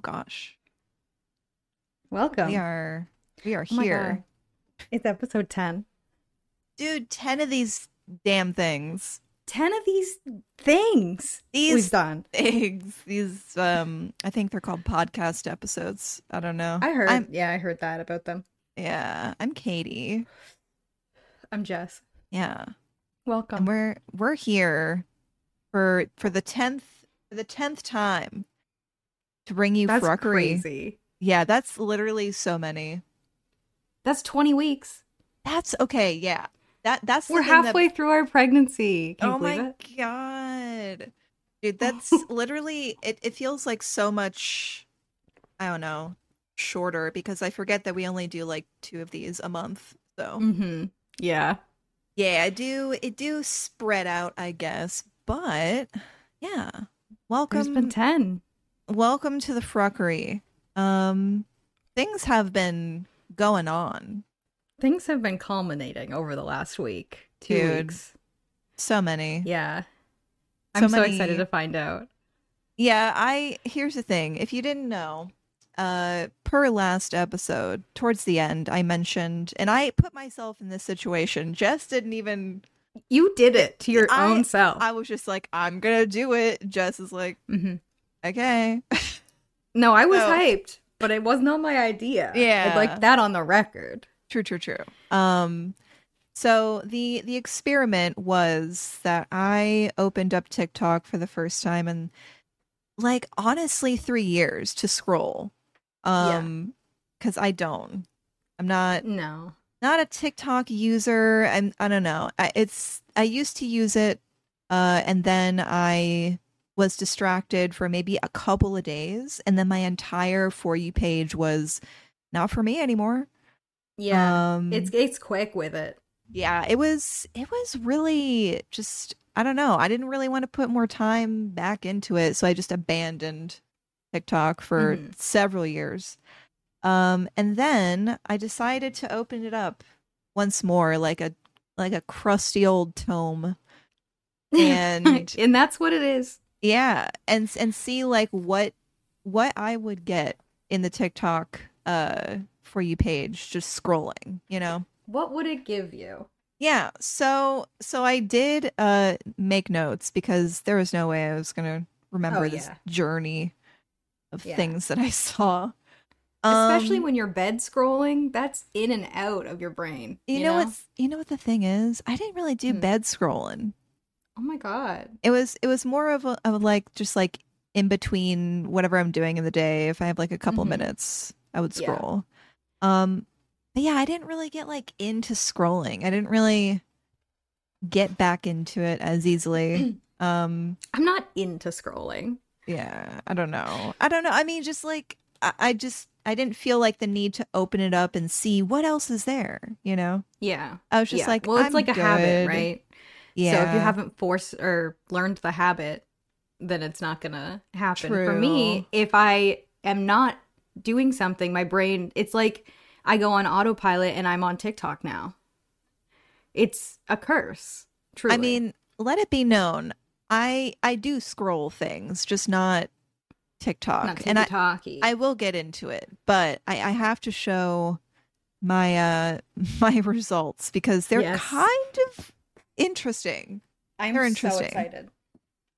gosh. Welcome. Oh, We are we are Oh my here. God. It's episode 10. Dude, 10 of these damn things. 10 of these things we've These done. things, these um I think they're called podcast episodes. I don't know. I heard. Oh, I'm, yeah, I heard that about them. yeah, I'm Katie. I'm Jess. Yeah. And Welcome. we're we're here for for the 10th for the 10th time to bring you That's fruckery. crazy. Yeah, that's literally so many. That's 20 weeks. That's okay, yeah. That that's the We're thing that- halfway through our pregnancy. Can you oh believe my it? god dude that's literally it, it feels like so much i don't know shorter because i forget that we only do like two of these a month so Mm-hmm. Yeah. yeah i do it do spread out i guess but yeah There's welcome been 10. welcome to the fruckery um things have been going on Things have been culminating over the last week. Two Dude. weeks. so many Yeah. So I'm so many- excited to find out. Yeah, I here's the thing. If you didn't know, uh per last episode, towards the end, I mentioned and I put myself in this situation. Jess didn't even You did it to your I- own self. I was just like, I'm gonna do it. Jess is like, mm-hmm. okay. No, I was So- hyped, but it was not my idea. Yeah. I'd like that on the record. True, true, true. Um so the the experiment was that I opened up TikTok for the first time in like honestly 3 years to scroll. Yeah. Um cuz I don't. I'm not No. not a TikTok user. I'm, I don't know. I, it's I used to use it, uh, and then I was distracted for maybe a couple of days, and then my entire for you page was not for me anymore. Yeah. um, it's it's quick with it. yeah. It was it was really just I don't know. I didn't really want to put more time back into it, so I just abandoned TikTok for Mhm. several years. Um, and then I decided to open it up once more, like a like a crusty old tome, and and that's what it is. yeah, and and see like what what I would get in the TikTok uh for you page, just scrolling, you know. What would it give you? Yeah, so so I did uh make notes because there was no way I was gonna remember this Oh, yeah. journey of Yeah. things that I saw. Especially Um, when you're bed scrolling, that's in and out of your brain. you, know, what's you know what the thing is? I didn't really do Hmm. bed scrolling. Oh my god. It was it was more of a of like just like in between whatever I'm doing in the day. If I have like a couple Mhm. minutes, I would Yeah. scroll. Um but yeah, I didn't really get like into scrolling. I didn't really get back into it as easily. um I'm not into scrolling. yeah i don't know i don't know i mean just like I, I just i didn't feel like the need to open it up and see what else is there you know Yeah. i was just yeah. like well, it's I'm like a habit, good. right? yeah So if you haven't forced or learned the habit, then it's not going to happen. For me, True. if I am not doing something, my brain, it's like I go on autopilot and I'm on TikTok now. It's a curse. Truly. i mean let it be known i i do scroll things just not tiktok not and i TikToky. i will get into it but i i have to show my uh my results because they're Yes. kind of interesting I'm they're so interesting. excited.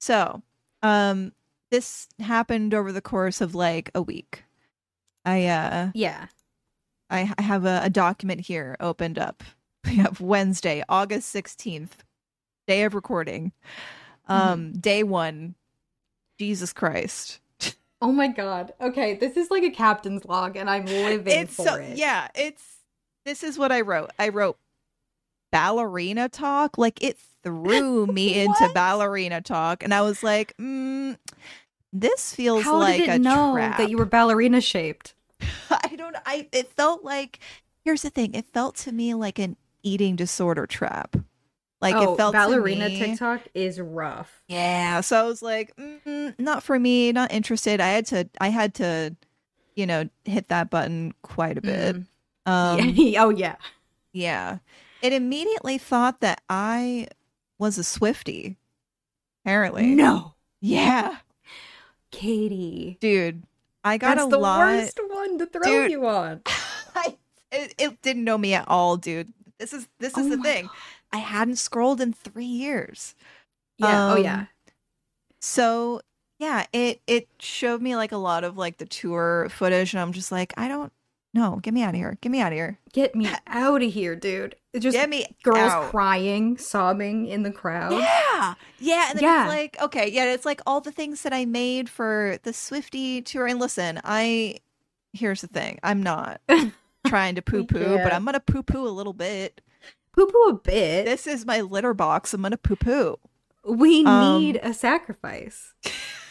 So, um, this happened over the course of like a week. I uh, Yeah. I h- I have a, a document here opened up. We have Wednesday, August sixteenth, day of recording. Mm-hmm. Um, day one. Jesus Christ! Oh my god. Okay, this is like a captain's log and I'm living it's for so it. yeah. It's this is what I wrote. I wrote ballerina talk. Like it threw me into What? ballerina talk, and I was like, mm, this feels How like did a it know trap. that you were ballerina shaped? I don't I it felt like here's the thing, it felt to me like an eating disorder trap. Like oh, it felt to ballerina me- TikTok is rough. Yeah, so I was like, mm, not for me, not interested. I had to I had to you know, hit that button quite a bit. Mm. Um oh yeah. yeah. It immediately thought that I was a Swifty. Apparently. No. Yeah. Katie. Dude, I got That's a the lot. worst one to throw Dude. you on. I, it, it didn't know me at all, dude. This is this is Oh the my thing. I hadn't scrolled in three years. Yeah. oh Um, yeah. So yeah, it it showed me like a lot of like the tour footage, and I'm just like, I don't no, get me out of here, get me out of here, Get me out of here, dude. It's just get me girls out. crying, sobbing in the crowd. Yeah, yeah, and then Yeah. it's like, okay, yeah, it's like all the things that I made for the Swifty tour. And listen, I here's the thing, I'm not trying to poo poo, but Yeah. I'm gonna poo poo a little bit. Poo poo a bit. This is my litter box. I'm gonna poo poo. we um, need a sacrifice.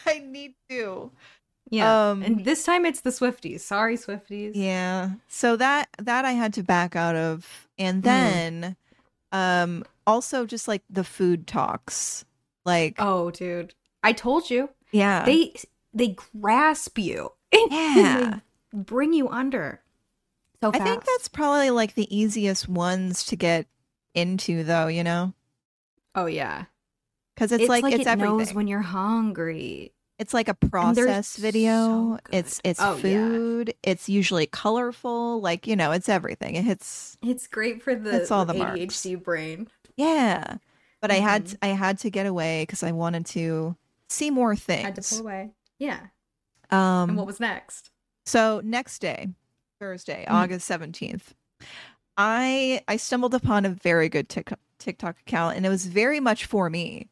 I need to. Yeah. um, and this time it's the Swifties. Sorry, Swifties. Yeah. So that that I had to back out of, Hmm. and then, um, also just like the food talks, like Oh, dude. I told you. yeah, They they grasp you. yeah. They bring you under. So I fast. think that's probably like the easiest ones to get into, though. You know, Oh yeah. because it's, like, it's it everything. knows when you're hungry. It's like a they're process so video. it's good. it's Oh, yeah. food. It's usually colorful. Like you know, it's everything. It hits It's great for the, It's all the marks. ADHD brain. Yeah. But I had Mhm. I had to get away because I wanted to see more Had to pull things. away. Yeah. and what Um was next? so next day, Thursday, Mhm. August 17th, I I stumbled upon a very good Tik- TikTok account and it was very much for me.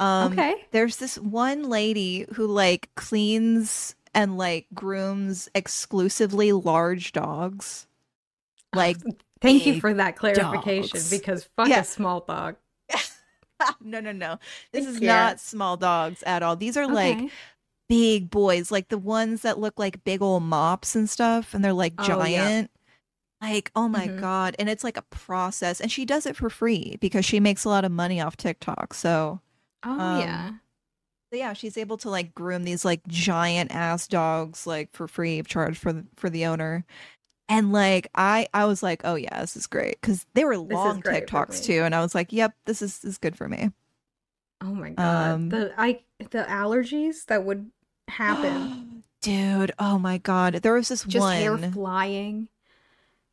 Um okay. there's this one lady who like cleans and like grooms exclusively large dogs. Like Thank you big for that clarification dogs. because fuck Yeah. a small dog. no no no. This Thank is you. not small dogs at all. These are like Okay. big boys, like the ones that look like big old mops and stuff, and they're like Oh, yeah. giant. Like, oh my Mhm. God. And it's like a process. And she does it for free because she makes a lot of money off TikTok. So, Oh um, yeah. so yeah, she's able to like groom these like giant ass dogs like for free of charge for the, for the owner. And like I I was like, "Oh yeah, this is great." Cuz they were is long great for TikToks me. too, and I was like, "Yep, this is this is good for me." Oh my god. um, the I the allergies that would happen. Dude, oh my god. There was this Just one hair flying.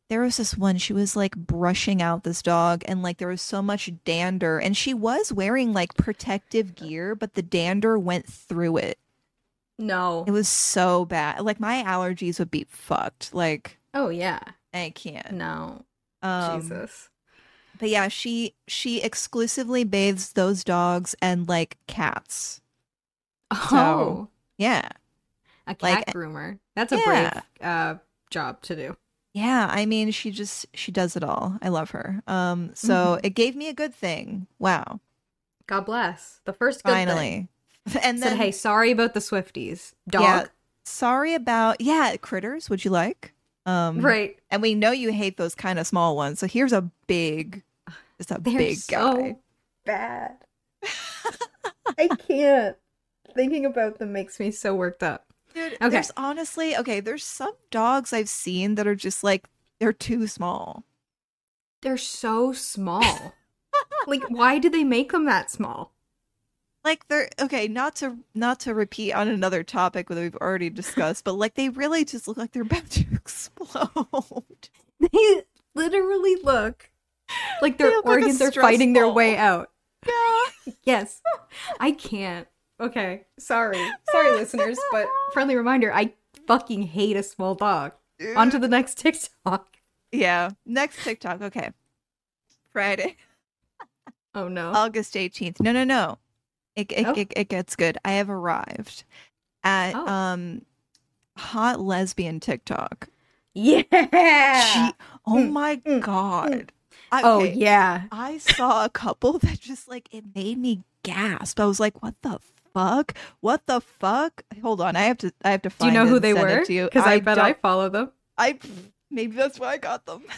there was this one she was like brushing out this dog and like there was so much dander and she was wearing like protective gear but the dander went through it No. it was so bad like my allergies would be fucked like Oh yeah. i can't No. um Jesus. but yeah she she exclusively bathes those dogs and like cats Oh. yeah A cat like- groomer. That's a Yeah. brave uh job to do. yeah i mean she just she does it all i love her um so Mm-hmm. it gave me a good thing wow God bless. The first good thing. finally and Said, then hey, sorry about the Swifties. Dog. Yeah. sorry about yeah critters would you like um Right. and we know you hate those kind of small ones so here's a big it's a They're big so guy bad. I can't. Thinking about them makes me so worked up. Dude, Okay. there's honestly okay there's some dogs i've seen that are just like they're too small They're so small. like, why do they make them that small? like they're okay not to not to repeat on another topic that we've already discussed but like they really just look like they're about to explode They literally look like They their look like a organs are stress fighting their ball. way out. yeah Yes. I can't. Okay. Sorry. Sorry, listeners, but friendly reminder I fucking hate a small dog. On to the next TikTok. yeah next tiktok okay friday Oh no. August 18th. No, no, no. It it, Oh. it it gets good. I have arrived at Oh. um hot lesbian TikTok. yeah. She, oh Mm, my mm, god. I, Oh, okay, yeah. I saw a couple that just like it made me gasp. I was like, what the fuck? What the fuck? Hold on. I have to I have to Do you find know it who and they send it were? to you. Because I, bet I don't- follow them. I maybe that's why I got them.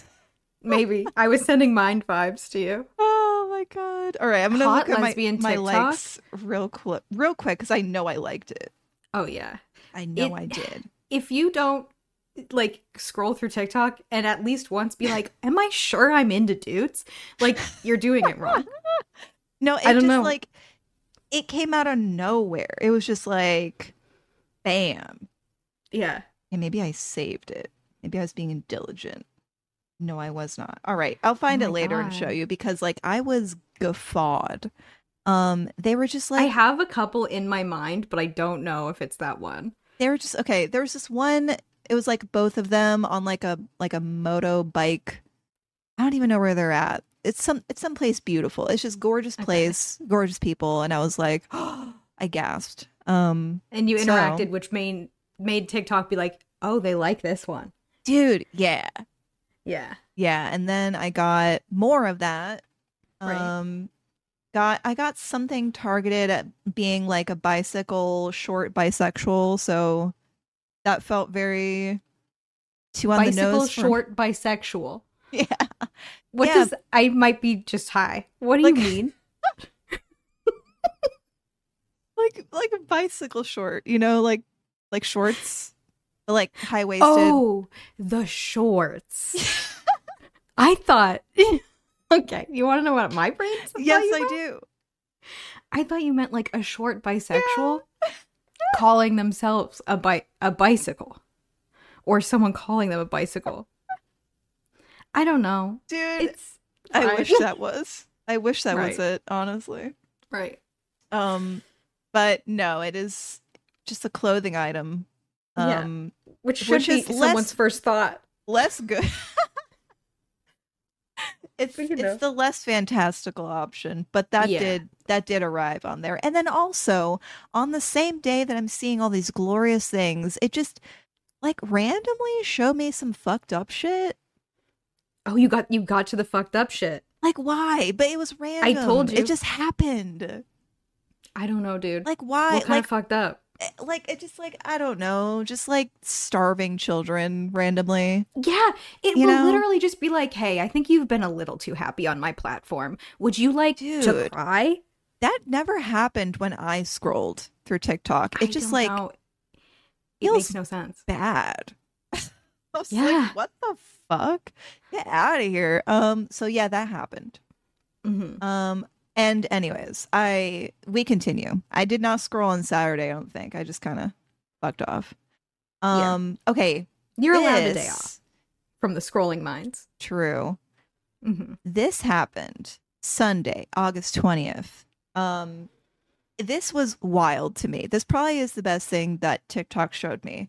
Maybe I was sending mind vibes to you. Oh my god. All right, I'm going to Hot look at my lesbian my TikTok? likes real quick real quick cuz I know I liked it. Oh yeah. I know It- I did. If you don't like scroll through TikTok and at least once be like, "Am I sure I'm into dudes?" Like you're doing it wrong. No, it I don't just know. like it came out of nowhere. It was just like bam. Yeah. And maybe I saved it. Maybe I was being diligent. No, I was not. All right. I'll find Oh it my later and God. show you because like I was guffawed. Um they were just I like have a couple in my mind, but I don't know if it's that one. they were just okay, there was this one it was like both of them on like a like a moto bike. I don't even know where they're at. It's some it's someplace beautiful. It's just gorgeous Okay. place, gorgeous people and I was like, I gasped. Um And you So- interacted, which made made TikTok be like, "Oh, they like this one." dude, yeah. Yeah. Yeah, and then I got more of that. Right. Um got I got something targeted at being like a bicycle short bisexual, so that felt very too on the Bicycle nose. for- short bisexual. Yeah. What Yeah. does I might be just high? What do Like- you mean? Like like a bicycle short, you know, like like shorts. Like high waisted. Oh, the shorts. I thought. okay, you want to know what my brain? thought yes, you I meant? do. I thought you meant like a short bisexual calling themselves a bi- a bicycle or someone calling them a bicycle. I don't know. Dude, It's I fine. wish that was. I wish that was Right. it, honestly. right. Um but no, it is just a clothing item. Yeah. Um Which should Which be is less- someone's first thought. less good. it's But, you it's know. the less fantastical option, but that Yeah. did that did arrive on there. And then also on the same day that I'm seeing all these glorious things, it just like randomly showed me some fucked up shit. Oh, you got you got to the fucked up shit. Like why? But it was random. told you. It just happened. I don't know, dude. Like why? what kind like of fucked up? eh, like it just like I don't know, just like starving children randomly. Yeah, it You will know? literally just be like, "Hey, I think you've been a little too happy on my platform. Would you like to Dude. cry?" That never happened when I scrolled through TikTok. I It just don't like know. it feels makes no sense. bad. I was Yeah. like, what the fuck? Get out of here. Um, so yeah, that happened. hmm Um, and anyways, I we continue. I did not scroll on Saturday, I don't think. I just kinda fucked off. Yeah. Um, okay. You're allowed a day this- off from the scrolling minds. True. hmm This happened Sunday, August 20th. Um this was wild to me. This probably is the best thing that TikTok showed me.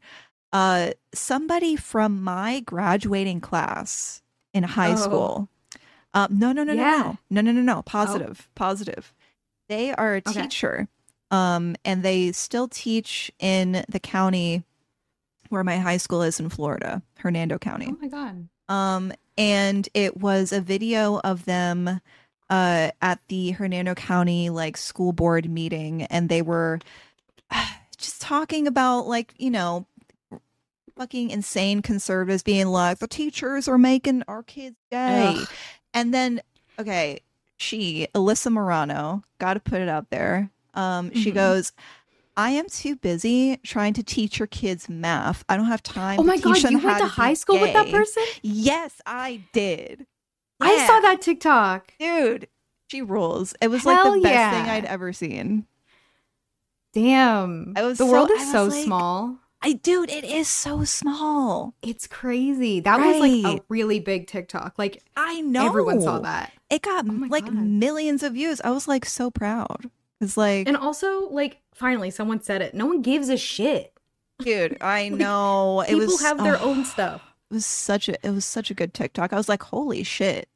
Uh somebody from my graduating class in high Oh. school. Um no no no Yeah. Oh. no no. No no no no. Positive. Positive. They are a Okay. teacher. Um and they still teach in the county where my high school is in Florida, Hernando County. Oh my god. Um, and it was a video of them uh, at the Hernando County like school board meeting, and they were just talking about like you know fucking insane conservatives being like the teachers are making our kids gay, Ugh. and then okay, she Alyssa Morano got to put it out there. Um, she Mhm. goes. I am too busy trying to teach your kids math. I don't have time. Oh to my teach god, them you how went to be high school with that gay." person? Yes, I did. I saw Yeah, that TikTok. dude. She rules. It was like Hell the best yeah. thing I'd ever seen. Damn. I was the so- world is I so was like- small. I dude, it is so small. It's crazy. That was like Right. a really big TikTok. Like I know everyone saw that. Oh It got my like God. millions of views. I was like so proud. It's like, And also, like, finally someone said it. No one gives a shit. dude, I like, know it People was. have their oh, own stuff. It was such a. It was such a good TikTok. I was like, holy shit,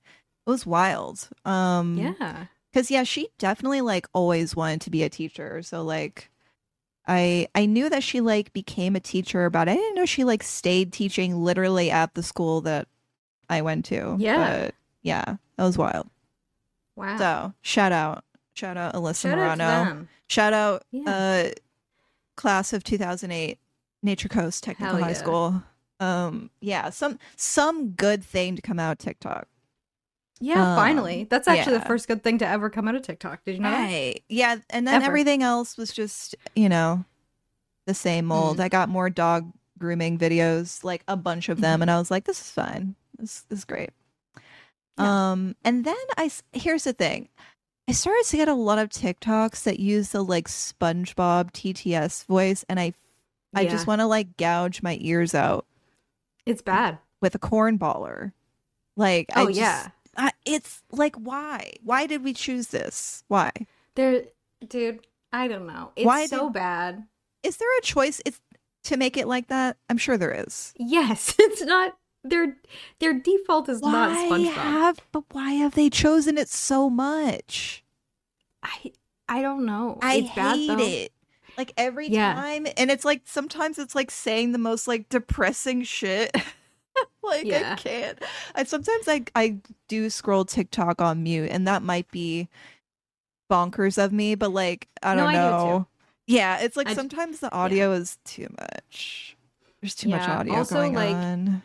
it was wild. Um, Yeah. because yeah she definitely like always wanted to be a teacher so like i i knew that she like became a teacher but i didn't know she like stayed teaching literally at the school that i went to Yeah. But, yeah that was wild Wow. so shout out shout out alyssa Shout out to morano them. shout out Yeah. uh class of 2008 nature coast technical Hell high yeah. school um yeah some some good thing to come out of tiktok Yeah, Um, finally. That's actually yeah. the first good thing to ever come out of TikTok. Did you know? that? Right. Yeah. And then Ever. everything else was just, you know, the same Mm. old. I got more dog grooming videos, like a bunch of Mm-hmm. them, and I was like, this is fine. This, this is great. Um, and then I s- here's the thing. I started to get a lot of TikToks that use the like SpongeBob TTS voice, and I I just Yeah. want to like gouge my ears out It's bad. with a cornballer. Like, I oh just- yeah. I- it's like, why? Why did we choose this? Why? There dude, I don't know. It's Why so did- bad. Is there a choice? It's to make it like that. I'm sure there is. Yes, it's not their their default is not SpongeBob. have? But why have they chosen it so much? I I don't know. I it's bad, hate though. it. Like every Yeah. time, and it's like sometimes it's like saying the most like depressing shit. like I Yeah. can't. I sometimes I I do scroll TikTok on mute, and that might be bonkers of me, but like I No, don't I do too. know. Yeah, it's like I d- sometimes the audio is too much. There's too much Yeah, audio also, going like, on.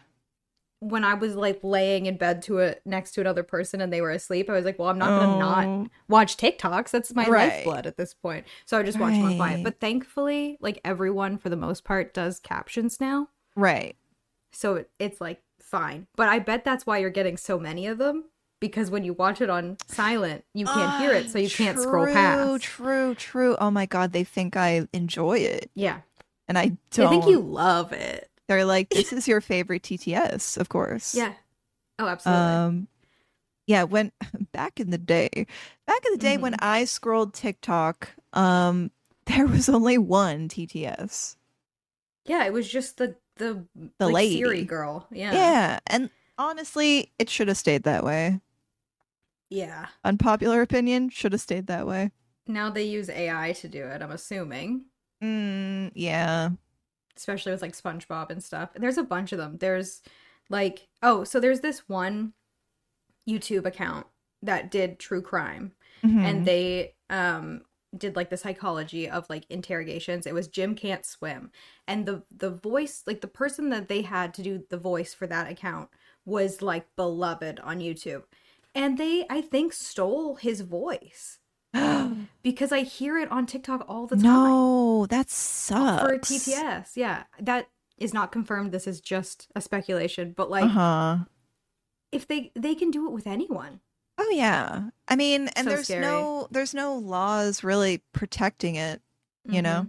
When I was like laying in bed to a next to another person and they were asleep, I was like, "Well, I'm not gonna not Oh, watch TikToks. That's my Right. lifeblood at this point." So I just watch them on Right. quiet. But thankfully, like everyone for the most part does captions now, right. so it, it's like fine. But I bet that's why you're getting so many of them because when you watch it on silent, you can't hear it, so you can't scroll Ah, True, past. True, true. Oh my god, they think I enjoy it, Yeah, and I I don't. think you love it. They're like, this is your favorite TTS, of course. Yeah. Oh, absolutely. Um, yeah. When back in the day, back in the day Mm-hmm. when I scrolled TikTok, um, there was only one TTS. yeah, it was just the the The like, lady. Siri girl. Yeah. Yeah. and honestly, it should have stayed that way. Yeah. Unpopular opinion, should have stayed that way. Now they use AI to do it, I'm assuming. Mm, yeah. Especially with like SpongeBob and stuff. There's a bunch of them. There's like oh, so there's this one YouTube account that did true crime Mm-hmm. and they um did like the psychology of like interrogations. It was Jim can't swim. And the the voice, like the person that they had to do the voice for that account was like beloved on YouTube. And they I think stole his voice. Mhm. because I hear it on TikTok all the time Oh, no, that sucks. for TTS. Yeah, that is not confirmed. This is just a speculation. But like, Uh huh. if they they can do it with anyone, Oh yeah. I mean, and So there's scary. no there's no laws really protecting it, you know.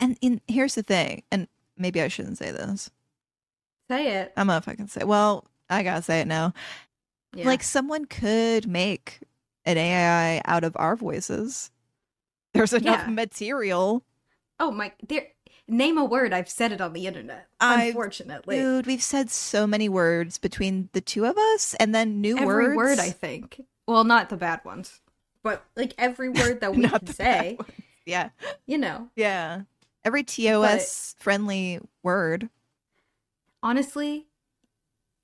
And in here's the thing, and maybe I shouldn't say this. Mm-hmm. say it. I don't know if I can say. Well, I gotta say it now. Yeah. Like someone could make an AI out of our voices. There's enough Yeah. material. oh my, there. Name a word. I've said it on the internet. I've- unfortunately, Dude, we've said so many words between the two of us, and then new every words. word I think. Well, not the bad ones, but like every word that we Not can the bad say. ones. Yeah, You know, yeah. Every TOS friendly word. honestly,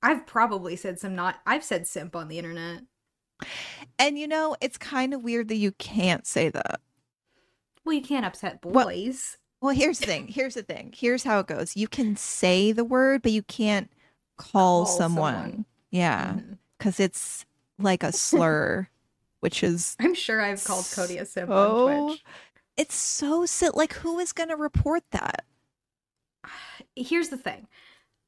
I've probably said some not. I've said simp on the internet. And you know, it's kind of weird that you can't say that. Well, you can't upset Well- boys. Well, here's the thing. Here's the thing. Here's how it goes. You can say the word, but you can't call, Call someone. Mm-hmm. someone. Yeah. Mhm. Cuz it's like a slur, which is I'm sure I've called Cody a simp So- on Twitch. it's so si- like who is going to report that? Here's the thing,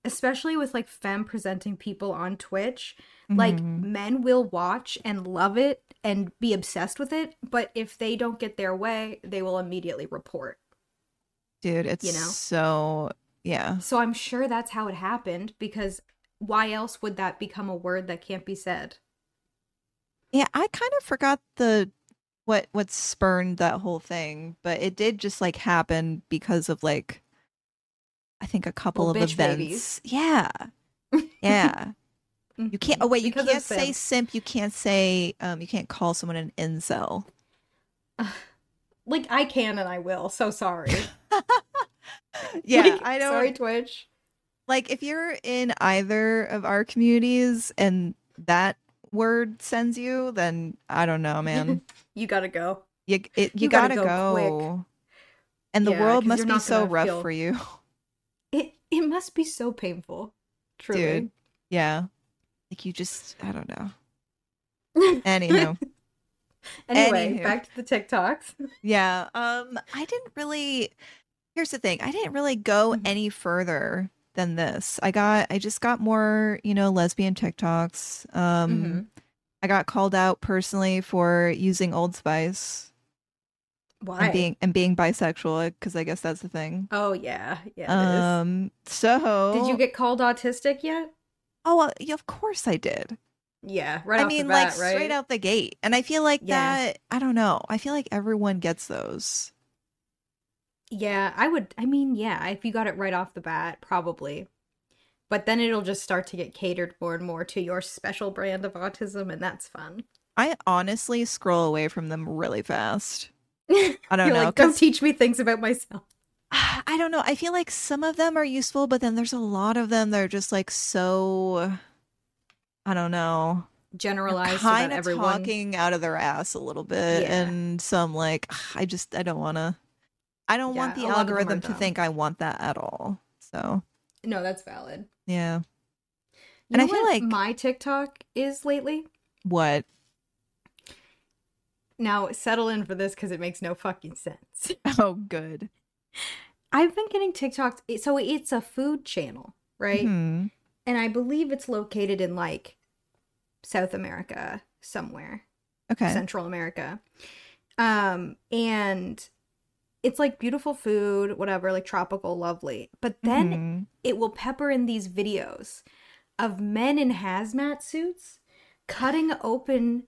especially with like femme presenting people on Twitch, like Mhm. men will watch and love it and be obsessed with it, but if they don't get their way, they will immediately report. dude, it's you know. so yeah. So I'm sure that's how it happened because why else would that become a word that can't be said? Yeah, I kind of forgot the what what spurned that whole thing, but it did just like happen because of like I think a couple Little of bitch events. Yeah. Yeah. you can't oh wait, you Mm-hmm. Because of can't say simp. simp, you can't say um you can't call someone an incel. Like I can and I will. So sorry. Yeah, Like, I don't Sorry, Twitch. like if you're in either of our communities and that word sends you, then I don't know, man. You gotta go. you it, you, You gotta, go. gotta go quick. And the Yeah, world 'cause must you're be not so gonna rough feel- for you. It it must be so painful. Truly. Dude. Yeah. Like you just I don't know. Anywho. Anyway, Anywho. back to the TikToks. yeah. Um I didn't really here's the thing. I didn't really go Mhm. any further than this. I got I just got more, you know, lesbian TikToks. Um Mm-hmm. I got called out personally for using Old Spice. Why? and being and being bisexual because I guess that's the thing. oh yeah, yeah. it Um, is. so Did you get called autistic yet? Oh, well, yeah, of course I did. Yeah, right. I off the mean, bat, like right? straight out the gate, and I feel like Yeah. that. I don't know. I feel like everyone gets those. Yeah, I would. I mean, yeah, if you got it right off the bat, probably. But then it'll just start to get catered more and more to your special brand of autism, and that's fun. I honestly scroll away from them really fast. I don't You're know. like, don't 'cause- teach me things about myself. I don't know. I feel like some of them are useful, but then there's a lot of them that are just like so. I don't know. Generalize so that Kind of everyone. talking out of their ass a little bit, Yeah. and some like "Ugh, I just I don't want to. I don't want Yeah, the a lot of them are algorithm to dumb. think I want that at all. So No, that's valid. yeah, You And know I feel what like- my TikTok is lately. what? Now settle in for this because it makes no fucking sense. Oh, good. I've been getting TikToks. it- So it's a food channel, right? Hmm. And I believe it's located in like South America somewhere. Okay. Central America. Um, and it's like beautiful food, whatever, like tropical, lovely. But then Mhm. it will pepper in these videos of men in hazmat suits cutting open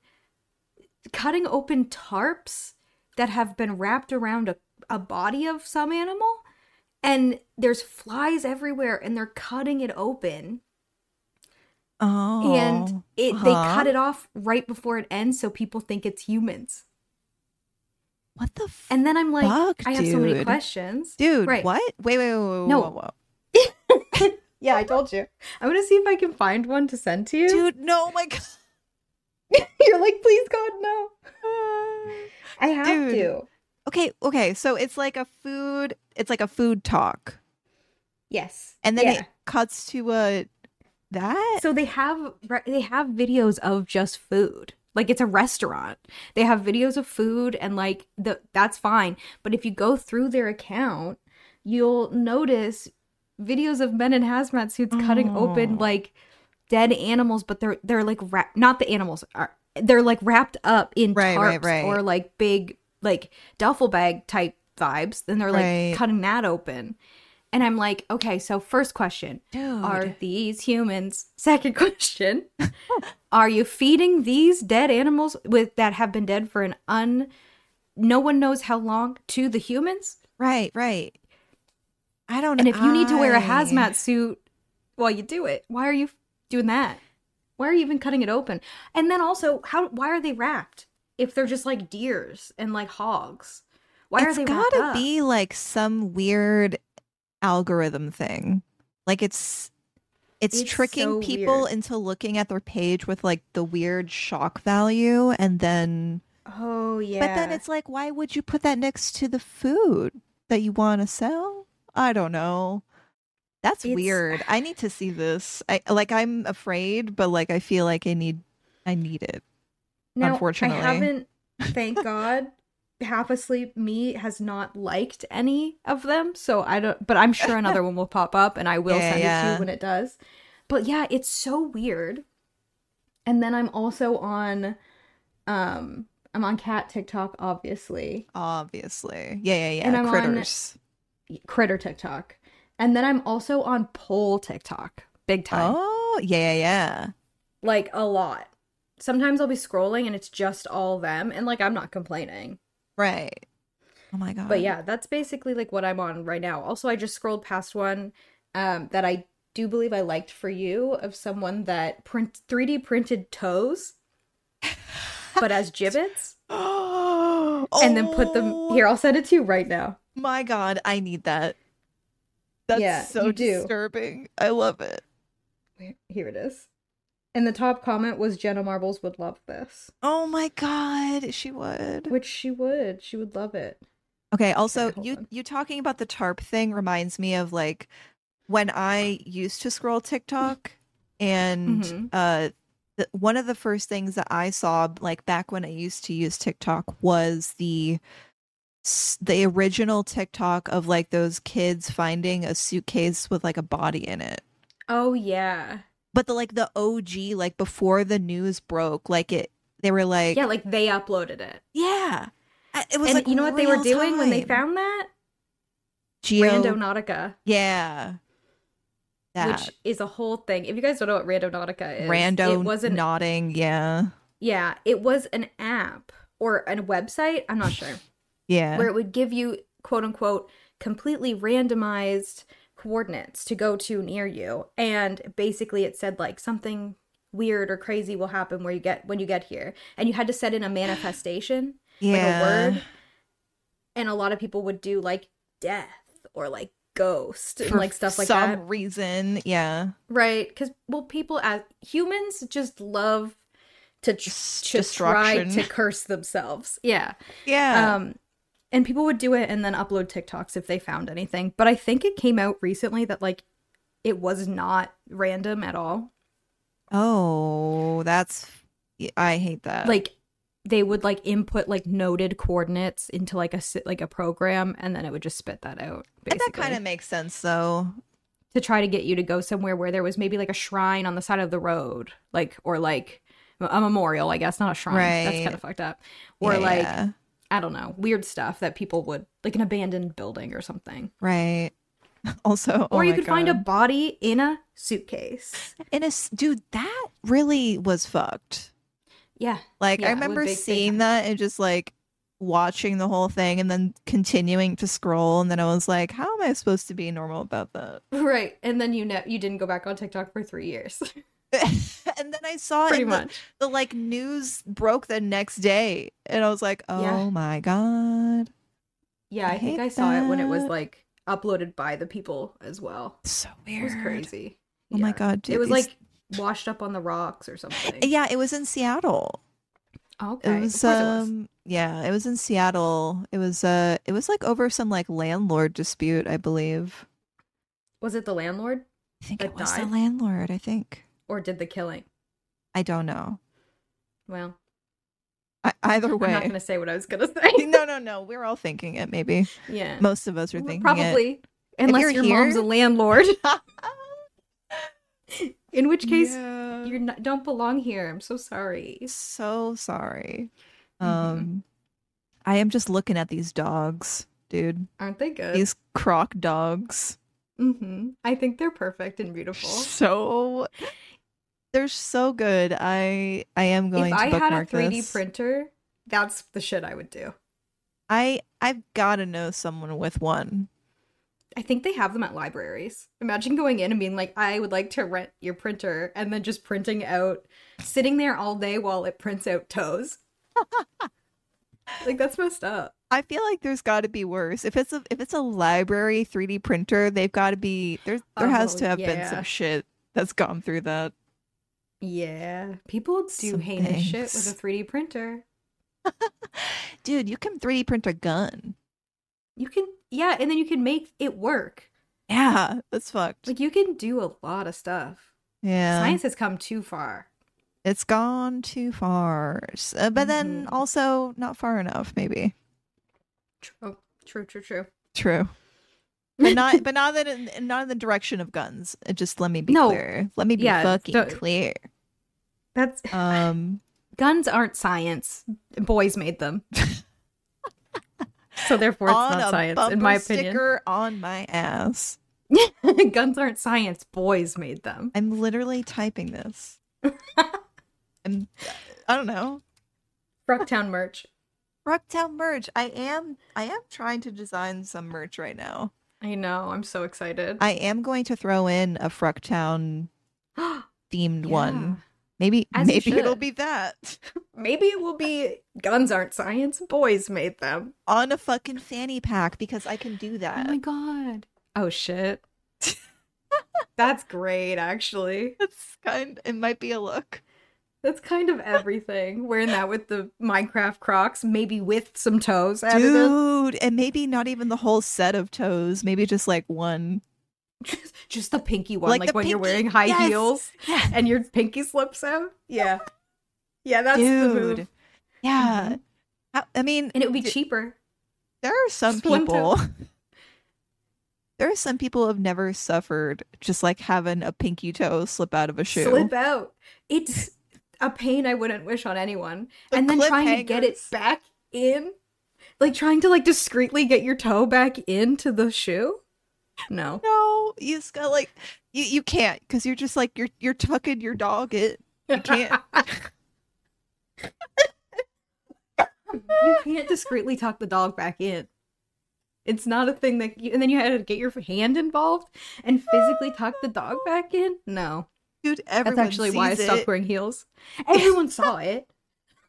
cutting open tarps that have been wrapped around a, a body of some animal and there's flies everywhere and they're cutting it open oh, and it they uh-huh. cut it off right before it ends so people think it's humans What the f- And then I'm like, Fuck, I have so many dude. questions. dude? right. What? Wait, wait, wait, wait, No. whoa, whoa. Yeah, I told you. I'm gonna see if I can find one to send to you. dude. No, oh my god. You're like, please God, no. I have Dude. to. Okay, okay. So it's like a food. It's like a food talk, Yes. and then Yeah. it cuts to a that. so they have re- they have videos of just food. Like it's a restaurant. They have videos of food and like the that's fine. But if you go through their account, you'll notice videos of men in hazmat suits cutting open Oh. like dead animals, but they're they're like wra- not the animals are they're like wrapped up in Right, right, tarps right. or like big like duffel bag type vibes. Then they're like Right. cutting that open. And I'm like, okay, so first question, Dude. are these humans? Second question. are you feeding these dead animals with that have been dead for an un no one knows how long to the humans? right, right. I don't. And if you need to wear a I- hazmat suit while you do it, why are you doing that? Why are you even cutting it open? And then also, how why are they wrapped? If they're just like deers and like hogs. Why it's are they wrapped gotta up? be like some weird algorithm thing like it's it's, It's tricking so people weird. into looking at their page with like the weird shock value and then Oh yeah. but then it's like why would you put that next to the food that you want to sell i don't know that's It's- weird i need to see this i like i'm afraid but like i feel like i need i need it Now, unfortunately. I haven't, thank God, half asleep me has not liked any of them. So I don't, but I'm sure another one will pop up and I will Yeah, send it to yeah. you when it does. But yeah, it's so weird. And then I'm also on, um, I'm on cat TikTok, obviously, obviously yeah yeah yeah And I'm on- critters critter TikTok. And then I'm also on pole TikTok, big time. oh yeah yeah yeah Like a lot. Sometimes I'll be scrolling and it's just all them. And like, I'm not complaining. Right. Oh my god. But yeah, that's basically like what I'm on right now. Also, I just scrolled past one um, that I do believe I liked for you of someone that print 3D printed toes, but as gibbets, oh, and then put them here. I'll send it to you right now. My god, I need that. That's Yeah, so you do. disturbing. I love it. Wait, Here it is. And the top comment was Jenna Marbles would love this, Oh my god, she would. which she would. She would love it. Okay, also hold you on. you talking about the tarp thing reminds me of like when I used to scroll TikTok and Mhm. uh the, one of the first things that I saw like back when I used to use TikTok was the s- the original TikTok of like those kids finding a suitcase with like a body in it. Oh yeah, But the like the OG like before the news broke, like it they were like yeah. Like they uploaded it. yeah. I- It was and like you know what they were real doing when they time. found that? Geo- Randonautica, Yeah. That which is a whole thing. If you guys don't know what Randonautica is, random it wasn't nodding. Yeah. Yeah, it was an app or a website, I'm not sure, Yeah. where it would give you quote unquote completely randomized coordinates to go to near you. And basically it said like something weird or crazy will happen where you get when you get here. And you had to set in a manifestation, like yeah. a word. And a lot of people would do like death or like ghost and For like stuff like some that. reason. Yeah. Right, because well, people as humans just love to tr- S- to try destruction. to curse themselves. Yeah. Yeah. Um, and people would do it and then upload TikToks if they found anything. But I think it came out recently that like it was not random at all. oh, that's. I hate that. Like they would like input like noted coordinates into like a si- like a program, and then it would just spit that out. And Basically, that kind of makes sense, though. to try to get you to go somewhere where there was maybe like a shrine on the side of the road, like or like a memorial, I guess, not a shrine. That's Right. kind of fucked up. Or Yeah, like yeah. I don't know, weird stuff that people would like an abandoned building or something. right. Also, oh or you could find a body in a suitcase. in a s- dude that really was fucked. Yeah. Like Yeah, I it was remember big, big seeing time. that and just like watching the whole thing and then continuing to scroll and then I was like, how am I supposed to be normal about that? Right. And then you know you didn't go back on TikTok for three years. and then I saw it Pretty in the- much. the like news broke the next day and I was like, oh Yeah. my god, Yeah, I, I hate think I saw it when it was that. like uploaded by the people as well. so It weird. was crazy. Oh my Yeah. god, dude. It was these- like washed up on the rocks or something. yeah, it was in Seattle. Okay. It of was course it was. um yeah, it was in Seattle. It was uh it was like over some like landlord dispute, I believe. Was it the landlord I think That it was the died? landlord, I think. or did the killing? I don't know. Well, I- either I'm not going way. to say what I was going to say. no, no, no. We're all thinking it maybe. yeah. Most of us are Well, thinking it. Probably. Unless you're your mom's a here- landlord, in which case Yeah. you not, don't belong here. I'm so sorry. so sorry. Mhm. Um I am just looking at these dogs, dude. Aren't they good? These croc dogs. hmm I think they're perfect and beautiful. So they're so good. I I am going if to I bookmark had a 3D this. printer, that's the shit I would do. I I've got to know someone with one. I think they have them at libraries. Imagine going in and being like, I would like to rent your printer, and then just printing out, sitting there all day while it prints out toes. like, that's messed up. I feel like there's got to be worse. If it's a if it's a library 3D printer, they've got to be there's there has Oh, to have been yeah. some shit that's gone through that. Yeah. People do Some heinous shit with things. a 3D printer. Dude, you can 3D print a gun. You can, yeah, and then you can make it work. Yeah, that's fucked. Like, you can do a lot of stuff. yeah, Science has come too far. it's gone too far. S- uh, but then Mhm. also not far enough, maybe. True, oh, true, true, true. True. But not but not that in, not in the direction of guns. Uh, Just let me be No. clear. Let me be Yeah, fucking don't- clear. That's Um. guns aren't science. Boys made them. so therefore it's on not a science bumper in my opinion. sticker on my ass. guns aren't science. Boys made them. I'm literally typing this. I'm, I don't know. Rocktown merch. Rocktown merch. I am. I am trying to design some merch right now. I know. I'm so excited. I am going to throw in a Frucktown themed one. Maybe As you maybe it'll should. be that Maybe it will be guns aren't science. Boys made them. on a fucking fanny pack because I can do Oh that. my god. Oh shit. That's great actually. It's kind. It might be a look. That's kind of everything. Wearing that with the Minecraft Crocs, maybe with some toes added in. Dude, and maybe not even the whole set of toes. Maybe just like one. just the pinky one, Like like, the when you're pinky- wearing high yes. heels Yeah. and your pinky slips out. Yeah, yeah, that's the move. dude. Yeah. Mhm. How- I mean, And it would be d- cheaper. there are some just one people. There are some people who have never suffered just like having a pinky toe slip out of a shoe. Slip out. It's a pain I wouldn't wish on anyone. The and then trying to get it cliffhangers. back in. Like trying to like discreetly get your toe back into the shoe? No. No, you just got like you, you can't because you're just like you're you're tucking your dog in. You can't. you can't discreetly tuck the dog back in. It's not a thing that you and then you had to get your hand involved and physically tuck the dog back in? No. Dude, That's everyone actually why I sees stopped it. wearing heels. Everyone saw it.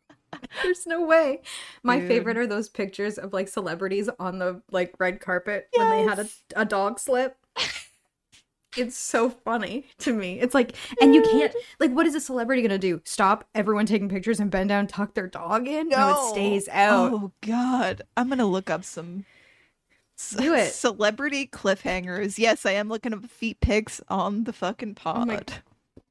There's no way. My Dude. favorite are those pictures of like celebrities on the like red carpet when they had a, Yes. a dog slip. it's so funny to me. It's like, and you can't like, what is a celebrity gonna do? Stop everyone taking pictures and bend down, tuck their dog in? No, No. it stays out. Oh God, I'm gonna look up some. ce- Do it. Celebrity cliffhangers. Yes, I am looking up feet pics on the fucking pod. my-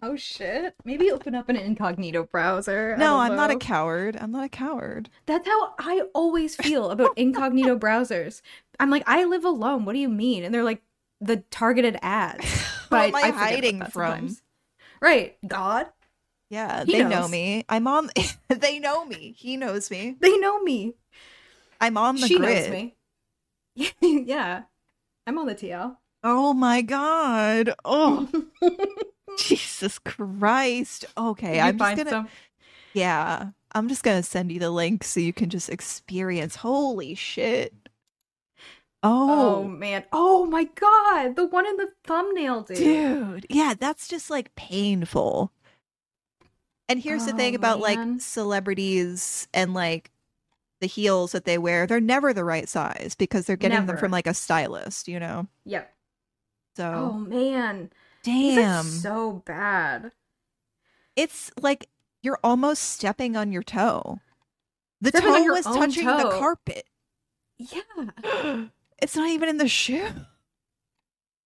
Oh shit! Maybe open up an incognito browser. I no, don't I'm not a know. coward. I'm not a coward. That's how I always feel about incognito browsers. I'm like, I live alone. What do you mean? And they're like, the targeted ads. What But am I forget about hiding that from? sometimes. Right, God. Yeah, He they know knows. me. I'm on. they know me. He knows me. They know me. I'm on the She grid. knows me. yeah, I'm on the TL. Oh my god. Oh Jesus Christ. Okay, You I'm just find gonna. some- Yeah, I'm just gonna send you the link so you can just experience. Holy shit. Oh. Oh, man. Oh my God. The one in the thumbnail, dude. dude. Yeah, that's just like painful. And here's the thing Oh, about man. like celebrities and like the heels that they wear, they're never the right size because they're getting them Never. from like a stylist, you know? Yep. Oh So, man. These are damn. so bad. It's like you're almost stepping on your toe. The Stepping on toe your was own touching the toe. carpet. Yeah. it's not even in the shoe.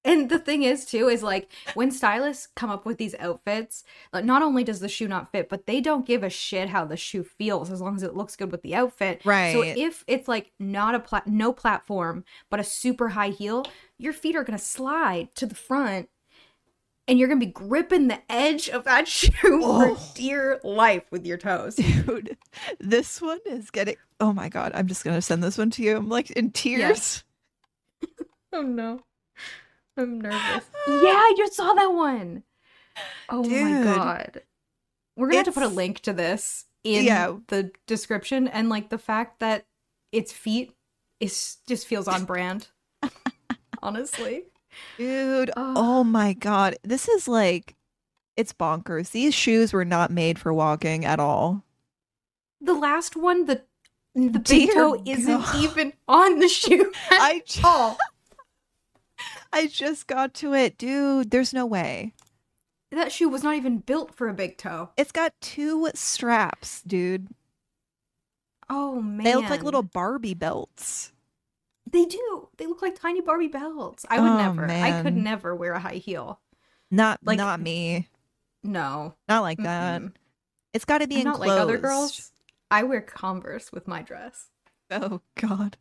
And the thing is, too, is like when stylists come up with these outfits, like not only does the shoe not fit, but they don't give a shit how the shoe feels as long as it looks good with the outfit. So Right. if it's like not a pla- no platform, but a super high heel, your feet are gonna slide to the front, and you're gonna be gripping the edge of that shoe Oh. for dear life with your toes. Dude, this one is getting. Oh my god, I'm just gonna send this one to you. I'm like in tears. Oh no, I'm nervous. yeah, you saw that one. Oh my Dude. god. We're gonna have to put a It's- link to this in Yeah. the description and like the fact that its feet is just feels on brand. Honestly. Dude, Ugh. oh my god, this is like, it's bonkers. These shoes were not made for walking at all. The last one, the the big Dear toe isn't God. even on the shoe. I ju- Oh. I just got to it, dude. There's no way. That shoe was not even built for a big toe. It's got two straps, dude. Oh man. They look like little Barbie belts. They do. They look like tiny Barbie belts. I would Oh, never. I could man. never wear a high heel. Not Like- not me. No. Not like that. Mm-mm. It's got to be I'm not enclosed. like other girls. I wear Converse with my dress. Oh god.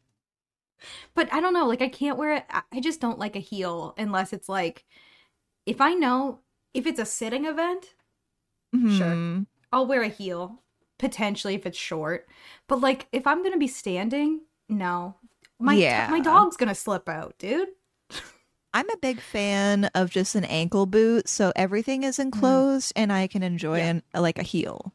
But I don't know, like I can't wear it. I- I just don't like a heel unless it's like if I know if it's a sitting event, Mhm. I'll wear a heel potentially if it's short. But like if I'm going to be standing, no. My Yeah. my dog's going to slip out, dude. I'm a big fan of just an ankle boot, so everything is enclosed, and I can enjoy Mm. Yeah. an, like a heel.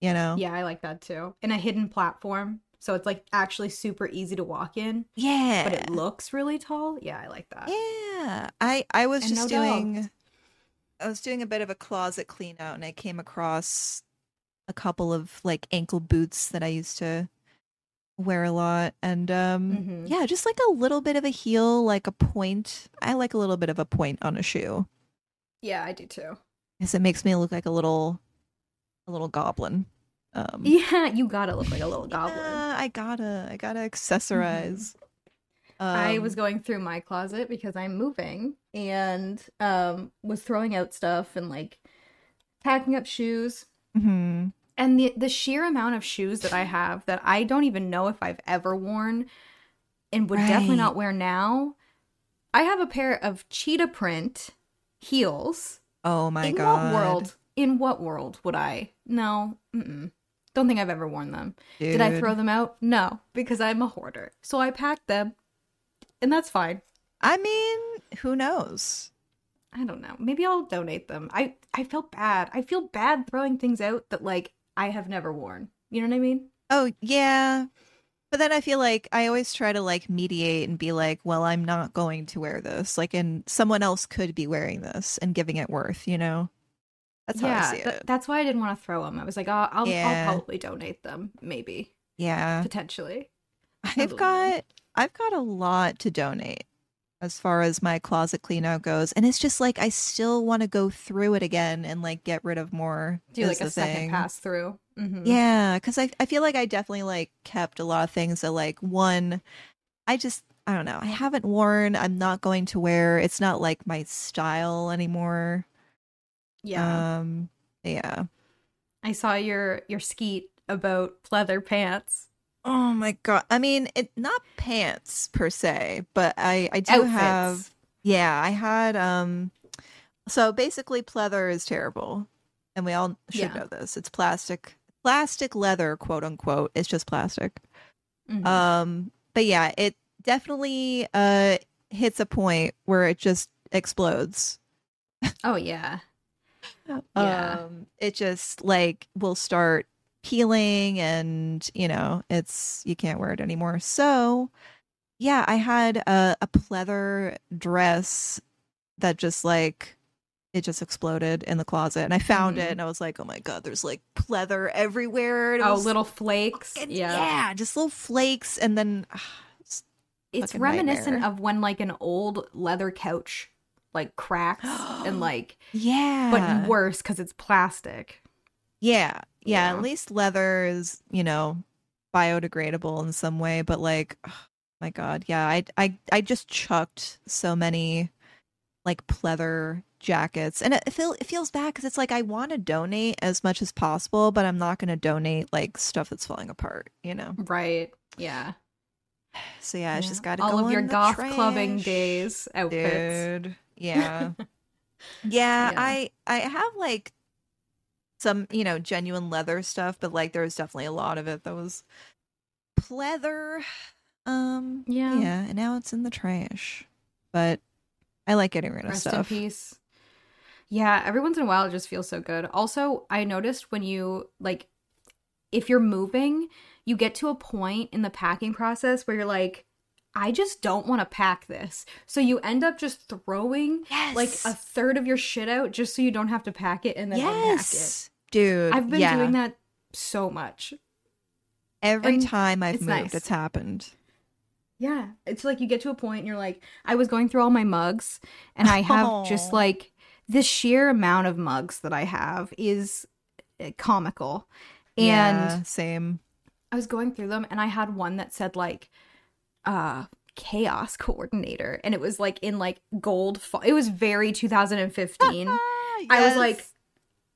You know? Yeah, I like that too. And a hidden platform, so it's like actually super easy to walk in, Yeah. but it looks really tall. Yeah, I like that. yeah. I I was And just no dogs. doing. I was doing a bit of a closet clean out, and I came across a couple of like ankle boots that I used to wear a lot, and um, Mhm. yeah, just like a little bit of a heel, like a point. I like a little bit of a point on a shoe, Yeah, I do too. because it makes me look like a little, a little goblin. Um, Yeah, you got to look like a little goblin. Mm-hmm. Yeah, I gotta, I gotta accessorize. I Um, was going through my closet because I'm moving and um was throwing out stuff and like packing up shoes mhm. and the the sheer amount of shoes that I have that I don't even know if I've ever worn and would definitely Right. not wear now. I have a pair of cheetah print heels. Oh my in god! what world? In what world would I? No. Mm-mm. Don't think I've ever worn them. Did I Dude. throw them out? No, because I'm a hoarder. So I packed them, and that's fine. I mean, who knows? I don't know. Maybe I'll donate them. I I felt bad. I feel bad throwing things out that like I have never worn. You know what I mean? Oh, yeah. But then I feel like I always try to like mediate and be like, well, I'm not going to wear this. Like, and someone else could be wearing this and giving it worth, you know? That's how I see tha- it. that's why I didn't want to throw them. I was like, oh, I'll, Yeah. Uh, I'll probably donate them, maybe, Yeah. potentially. don't I've know. got I've got a lot to donate as far as my closet clean out goes. And it's just like I still want to go through it again and like get rid of more. Do is like a the second thing. pass through. Mhm. Yeah, because I I feel like I definitely like kept a lot of things that like one, I just I don't know I haven't worn. I'm not going to wear. It's not like my style anymore. yeah. Um. Yeah. I saw your your skeet about pleather pants. Oh my god. I mean, it not pants per se, but I I do have. Yeah, I had um. So basically, pleather is terrible, and we all should Yeah. know this. It's plastic, plastic leather, quote unquote. It's just plastic. Mhm. Um, but yeah, it definitely uh hits a point where it just explodes. oh yeah. Yeah. Um, it just like will start peeling, and you know, it's you can't wear it anymore. So, yeah, I had a, a pleather dress that just like it just exploded in the closet, and I found Mhm. it, and I was like, oh my god, there's like pleather everywhere. and it Oh, was little flakes. fucking- yeah. just little flakes, and then. ah, it's It's fucking reminiscent nightmare. of when like an old leather couch like cracks and like Yeah. but worse cuz it's plastic. yeah. Yeah. Yeah. At least leather is, you know, biodegradable in some way, but like oh my god, yeah. I I I just chucked so many like pleather jackets. And it feel it feels bad cuz it's like I want to donate as much as possible, but I'm not going to donate like stuff that's falling apart, you know. Right. Yeah. So yeah, it's Yeah. just got to all go of your in the goth clubbing trash. days outfits. dude yeah. yeah Yeah. i i have like some you know genuine leather stuff but like there was definitely a lot of it that was pleather um Yeah. yeah and now it's in the trash but i like getting rid of Rest stuff in peace. Yeah, every once in a while it just feels so good. Also, I noticed when you like if you're moving, you get to a point in the packing process where you're like, I just don't want to pack this. So you end up just throwing yes like a third of your shit out just so you don't have to pack it and then yes dude unpack it. I've been yeah. doing that so much. every and time i've it's moved nice. it's happened Yeah. It's like you get to a point and you're like, I was going through all my mugs and I have Aw. just like the sheer amount of mugs that I have is uh, comical. And yeah, same I was going through them and I had one that said like uh chaos coordinator and it was like in like gold fo- it was very 2015 I was like,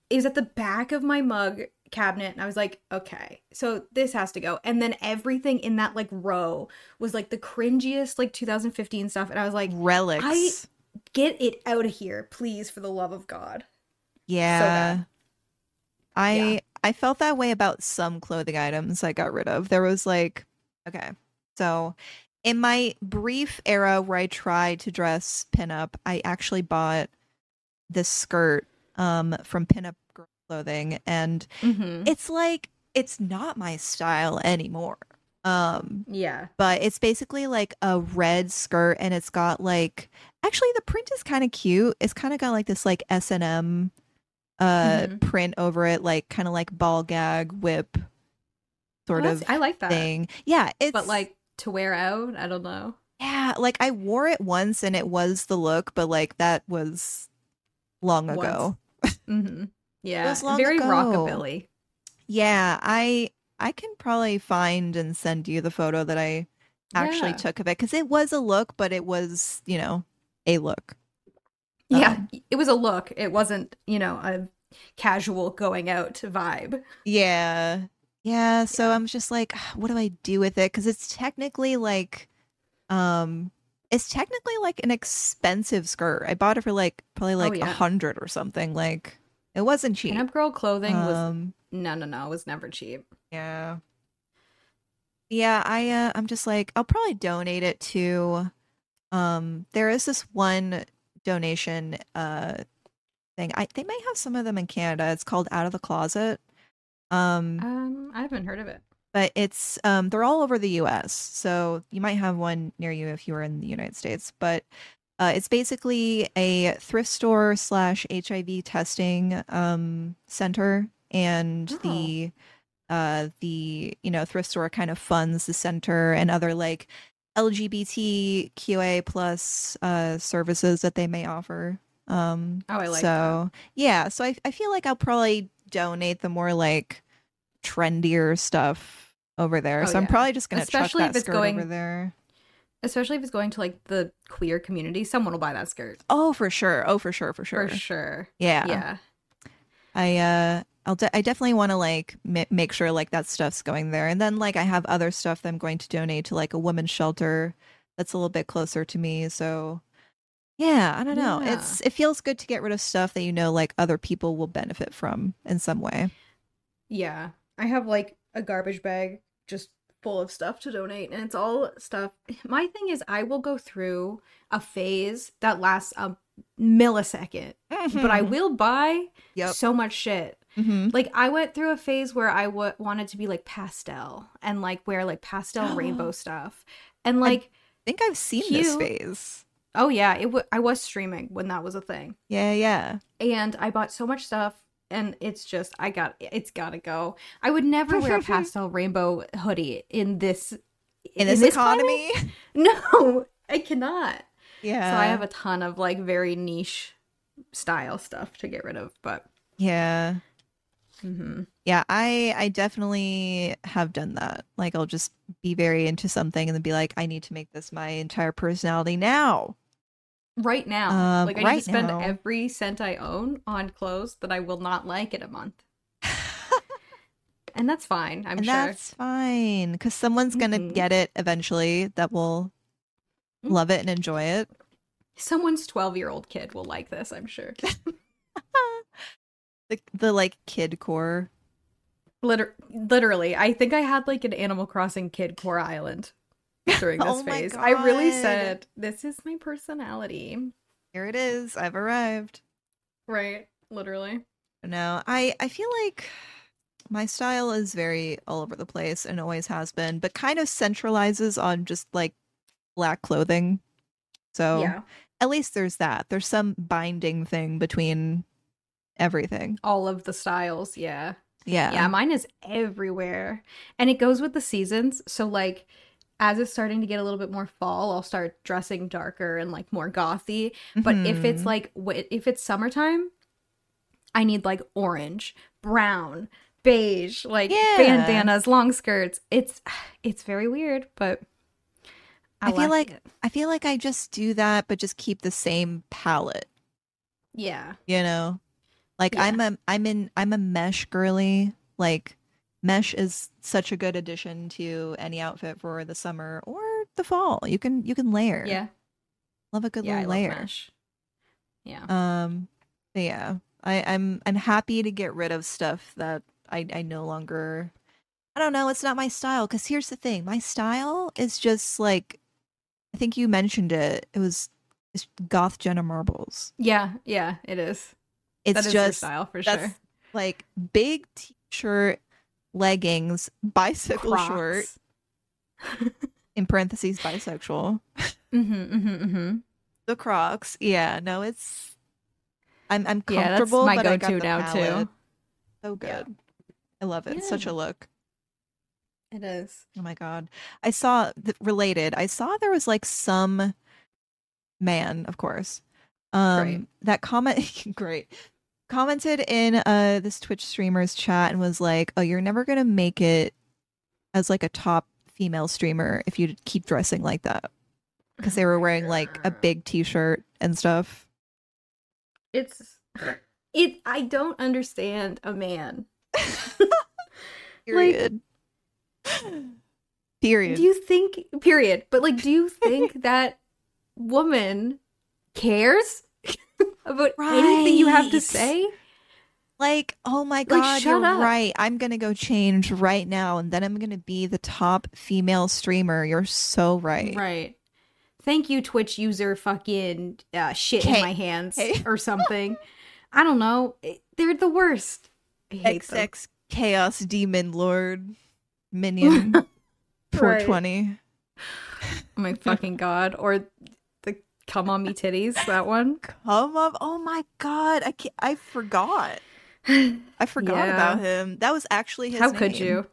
it was at the back of my mug cabinet and I was like, okay, so this has to go. And then everything in that like row was like the cringiest like 2015 stuff. And I was like, relics get it out of here, please, for the love of God. Yeah. I Yeah. I felt that way about some clothing items I got rid of. There was like okay. So in my brief era where I tried to dress pinup, I actually bought this skirt um from pinup Girl clothing and Mm-hmm. it's like it's not my style anymore. Um Yeah. but it's basically like a red skirt and it's got like actually the print is kind of cute it's kind of got like this like s&m uh Mhm. print over it like kind of like ball gag whip sort Well, of Oh, that's- I like that. thing yeah it's But like to wear out, I don't know. yeah like i wore it once and it was the look but like that was long Once. ago Mm-hmm. Yeah. was long Very ago. rockabilly. Yeah, I I can probably find and send you the photo that I actually Yeah. took of it because it was a look, but it was, you know, a look. Yeah. Um, It was a look. It wasn't, you know, a casual going out vibe. Yeah. Yeah, so I'm just like, "Ah, what do I do with it? Because it's technically like um it's technically like an expensive skirt. I bought it for like probably like a Oh, yeah. hundred or something. Like it wasn't cheap. Pinup girl clothing was Um, No, no, no. It was never cheap. Yeah. Yeah, I uh, I'm just like I'll probably donate it to um there is this one donation uh thing. I they may have some of them in Canada. It's called Out of the Closet. Um Um, I haven't heard of it. but it's um, they're all over the U.S. So you might have one near you if you were in the United States. But uh, it's basically a thrift store slash HIV testing um, center, and Oh. the uh, the you know thrift store kind of funds the center and other like LGBTQA plus uh, services that they may offer. Um, Oh, I like that. so yeah, so I I feel like I'll probably donate the more like trendier stuff over there. Oh, so I'm yeah. probably just gonna Especially chuck if that it's skirt going- over there. Especially if it's going to like the queer community, someone will buy that skirt Oh, for sure. Oh, for sure. For sure. for sure. Yeah. Yeah. I uh, I'll de- I definitely want to like ma- make sure like that stuff's going there, and then like I have other stuff that I'm going to donate to like a women's shelter that's a little bit closer to me. So yeah, I don't know. Yeah. It's it feels good to get rid of stuff that you know like other people will benefit from in some way. Yeah. I have like a garbage bag just full of stuff to donate, and it's all stuff. My thing is, I will go through a phase that lasts a millisecond, but I will buy Mm-hmm. Hmm. yep. so much shit. Mhm. Like, I went through a phase where I wa- wanted to be like pastel and like wear like pastel rainbow stuff. And like, I think I've seen this Cute. phase. oh yeah, it w- I was streaming when that was a thing. Yeah, yeah. and I bought so much stuff and it's just I got it's got to go. I would never wear a pastel rainbow hoodie in this In this, climate. economy. No, I cannot. Yeah. so I have a ton of like very niche style stuff to get rid of, but Yeah. mhm. Yeah, I I definitely have done that. Like I'll just be very into something and then be like, I need to make this my entire personality now. right now, Um, like I right need to spend now- every cent I own on clothes that I will not like in a month. and that's fine, I'm and sure. that's fine. Cause someone's gonna Mhm. get it eventually that will Mhm. love it and enjoy it. Someone's 12-year-old kid will like this, I'm sure. The the like kid core. Liter- literally, I think I had like an Animal Crossing kid core island during this Oh my phase. I really God. said, "This is my personality." Here it is. I've arrived. Right? Literally. No, I I feel like my style is very all over the place and always has been, but kind of centralizes on just like black clothing. So Yeah. at least there's that. There's some binding thing between everything. All of the styles. Yeah. Yeah. Yeah. Mine is everywhere, and it goes with the seasons. So like. As it's starting to get a little bit more fall, I'll start dressing darker and like more gothy. But if it's Mhm. like w- if it's summertime, I need like orange, brown, beige, like Yeah. bandanas, long skirts. It's it's very weird, but I, I feel like, like- it. I feel like I just do that but just keep the same palette, yeah, you know? Like Yeah. I'm a I'm in I'm a mesh girly. Like mesh is such a good addition to any outfit for the summer or the fall. You can you can layer. yeah, Love a good yeah. I little love layer. mesh. Yeah, Um, but yeah, I, I'm I'm happy to get rid of stuff that I I no longer. I don't know. It's not my style. Because here's the thing, my style is just like, I think you mentioned it. It was it's goth Jenna Marbles. yeah, yeah. It is. It's that is your just style for that's sure. like big t-shirt, leggings, bicycle Crocs. short in parentheses bisexual. Mhm, mhm, mhm. The Crocs. Yeah. No, it's. I'm I'm Yeah, that's comfortable. my but I got go-to the now palette. too. So good. Yeah. I love it. Such a look. It is. Oh my God. I saw th- related. I saw there was like some man, of course, um, Great. that comment, great, commented in uh, this Twitch streamer's chat and was like, oh, you're never going to make it as like a top female streamer if you keep dressing like that. Because they were wearing like a big t shirt and stuff. It's it. I don't understand a man. Period. Period. Do you think period? But like do you think that woman cares about anything you have to Right. say? Like, oh my god, Like, shut you're up. right. I'm gonna go change right now, and then I'm gonna be the top female streamer. You're so right. Right. Thank you, Twitch user fucking uh, shit in Hey. my hands Hey. or something. I don't know. They're the worst. I hate them. XX Chaos Demon Lord Minion 420. Oh my fucking god. Or the come on me titties, that one. Come up! Oh my god, I can't, I forgot. I forgot Yeah. about him. That was actually his. How could name. you?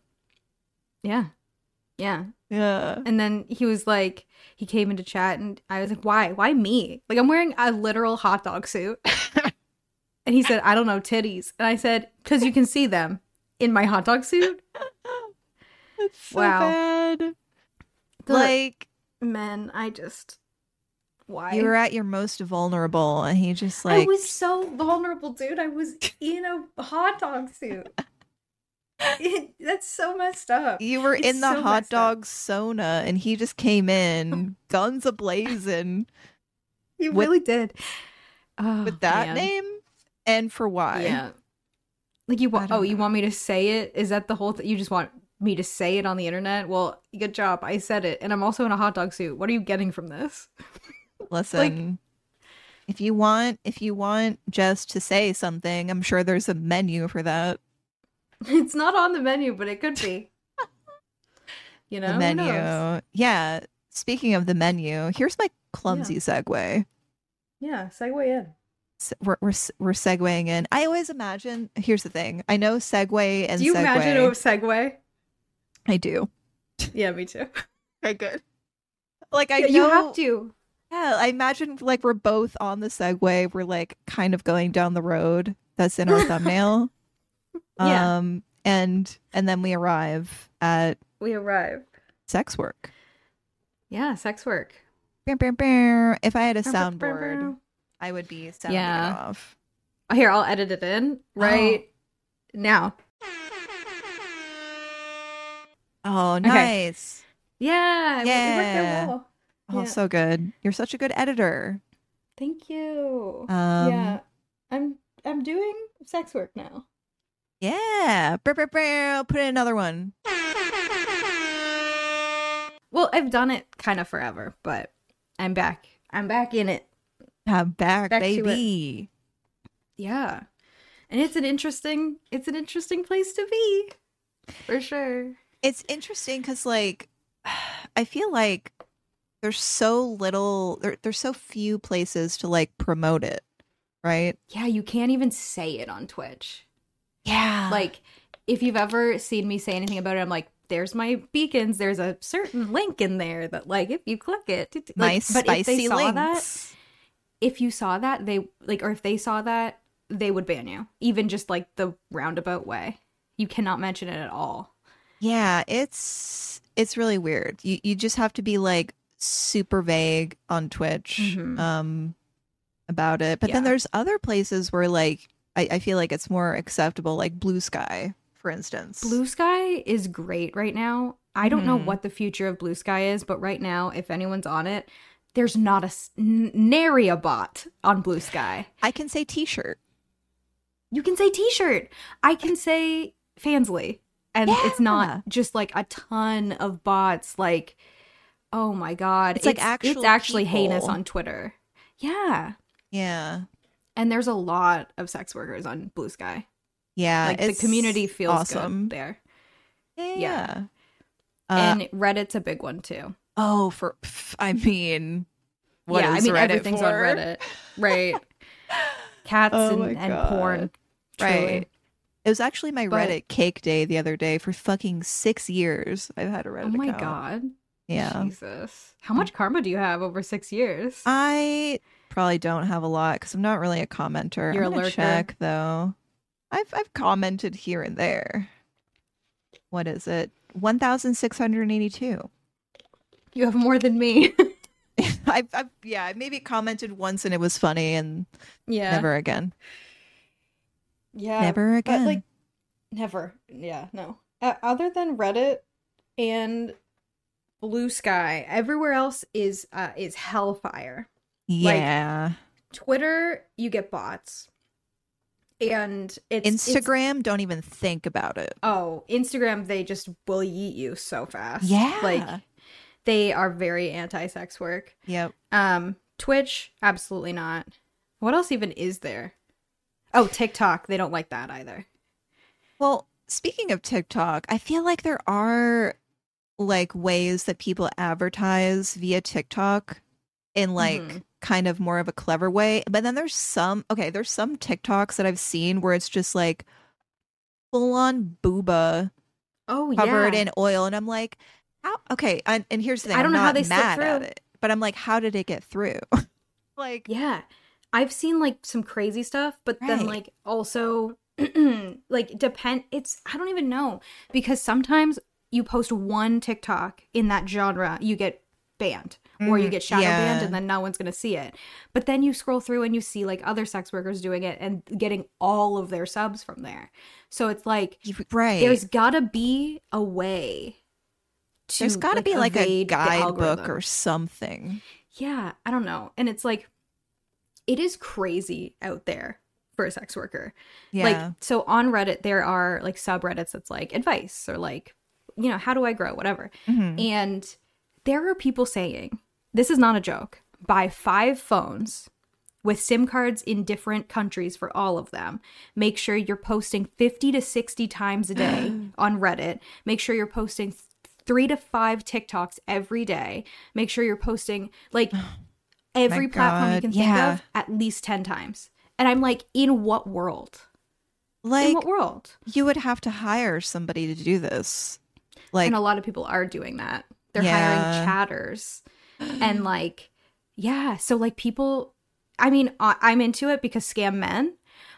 Yeah. Yeah. Yeah. And then he was like, he came into chat and I was like, why? Why me? Like, I'm wearing a literal hot dog suit. and he said, I don't know, titties. And I said, because you can see them in my hot dog suit. That's so Wow. bad. The like men, I just, why? you were at your most vulnerable, and he just like I was so vulnerable, dude. I was in a hot dog suit. It, that's so messed up. you were It's in the so hot messed up. dog sauna, and he just came in, guns ablazing, You With- really did. Oh, with that man. name, and for why? Yeah. Like you I want? don't Oh, you know. want me to say it? Is that the whole thing? You just want me to say it on the internet? Well, good job. I said it, and I'm also in a hot dog suit. What are you getting from this? Listen, if you want, if you want Jess to say something, I'm sure there's a menu for that. It's not on the menu, but it could be. You know, the who menu. knows? Yeah. Speaking of the menu, here's my clumsy segue. Yeah, segue in. S- We're, we're s- we're segueing in. I always imagine. Here's the thing. I know segue and Do you segue. imagine a segue? I do. Yeah, me too. Okay, good. Like I Yeah, know, you have to. Yeah, I imagine like we're both on the segue. We're like kind of going down the road that's in our thumbnail. Yeah. Um. And and then we arrive at We arrive. sex work. Yeah, sex work. Bam, bam, bam. If I had a soundboard, I would be sounding Yeah. it off. Oh, Here, I'll edit it in right now. Oh, Okay. nice. Yeah, it- it worked out Yeah. well. Oh, Yeah. so good. You're such a good editor. Thank you. Um, yeah, I'm I'm doing sex work now. Yeah. Brr, brr, brr. Put in another one. Well, I've done it kind of forever, but I'm back. I'm back in it. I'm back, Back to it. baby. Yeah, and it's an interesting it's an interesting place to be, for sure. It's interesting because, like, I feel like there's so little, there, there's so few places to like promote it, right? Yeah, you can't even say it on Twitch. Yeah. Like, Like, if you've ever seen me say anything about it, I'm like, there's my beacons. There's a certain link in there that, like, if you click it, t- t- my like, spicy that, links. if you saw that they like or if they saw that they would ban you even just like the roundabout way you cannot mention it at all Yeah, it's it's really weird. You you just have to be like super vague on Twitch Mhm. um about it. But then Yeah. there's other places where like I, I feel like it's more acceptable, like Blue Sky, for instance. blue sky is great right now i don't know Mhm. what the future of blue sky is but right now if anyone's on it there's not a s- n- nary a bot on blue sky I can say t shirt. you can say t-shirt i can say fansly and it's Yeah. not just like a ton of bots like oh my god It's, like, it's actual actually heinous people. on twitter yeah Yeah. and there's a lot of sex workers on blue sky Yeah. like the it's community feels awesome. good there Yeah. Yeah. yeah. Uh, and reddit's a big one too oh, for pff, I mean, what yeah i is mean Reddit everything's on for? reddit right cats Oh my and, and porn truly. Right. It was actually my But- Reddit cake day the other day for fucking six years. I've had a Reddit. oh my account. god Yeah. jesus how much karma do you have over six years I probably don't have a lot because I'm not really a commenter. You're I'm a gonna lurker. check though. I've I've commented here and there. What is it? One thousand six hundred eighty-two. you have more than me I've, I've yeah, I maybe commented once and it was funny and yeah never again. yeah never but, again. like never yeah no uh, other than reddit and blue sky everywhere else is uh is hellfire yeah. Twitter, you get bots. and it's it's- Instagram, don't even think about it. oh, Instagram, they just will yeet you so fast. Yeah. Like they are very anti sex work. Yep. Um, Twitch, absolutely not. What else even is there? Oh, TikTok, they don't like that either. Well, speaking of TikTok, I feel like there are like ways that people advertise via TikTok in like Mhm. kind of more of a clever way. But then there's some, okay, there's some TikToks that I've seen where it's just like full on booba Oh, covered yeah. in oil. And I'm like, how? Okay. And, and here's the thing I I'm don't know how not they slip mad at through. it, but I'm like, how did it get through? like, Yeah. I've seen like some crazy stuff, but Right. then like also like depend it's I don't even know because sometimes you post one TikTok in that genre, you get banned or you Mhm. get shadow banned Yeah. and then no one's going to see it. But then you scroll through and you see like other sex workers doing it and getting all of their subs from there. So it's like you- right. there's got to be a way to there's got to be like a evade the guidebook algorithm. or something. Yeah, I don't know. And it's like, it is crazy out there for a sex worker. Yeah. Like, so on Reddit, there are like subreddits that's like advice or like, you know, how do I grow, whatever. Mhm. And there are people saying, this is not a joke, buy five phones with SIM cards in different countries for all of them. Make sure you're posting 50 to 60 times a day on Reddit. Make sure you're posting th- three to five TikToks every day. Make sure you're posting like every platform you God, can yeah. think of at least 10 times. And I'm like, in what world? in like what world? you would have to hire somebody to do this like and a lot of people are doing that. They're Yeah. hiring chatters and like yeah, so like people I mean I- I'm into it because scam men,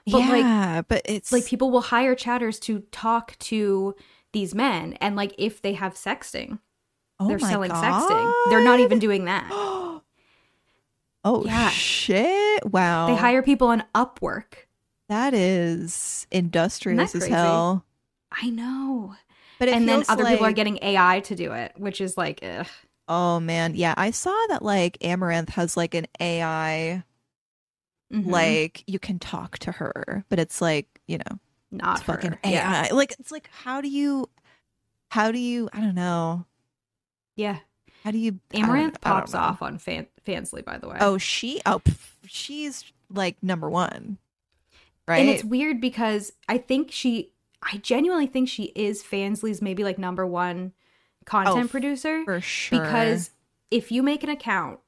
but like yeah but it's like people will hire chatters to talk to these men and like if they have sexting, oh they're my selling sexting. They're not God. even doing that. oh Yeah. shit wow They hire people on Upwork. that is industrious as crazy? hell I know. but it and then feels other people are like- getting AI to do it, which is like ugh. oh man yeah i saw that like amaranth has like an ai Mhm. like you can talk to her but it's like you know not it's fucking her. ai Yeah. like it's like how do you how do you i don't know yeah. how do you I don't- Amaranth I don't pops know. off on fan- Fansly, by the way. Oh, she. Oh, pff, she's like number one, right? And it's weird because I think she, I genuinely think she is Fansley's maybe like number one content f- producer. Oh, for sure Because if you make an account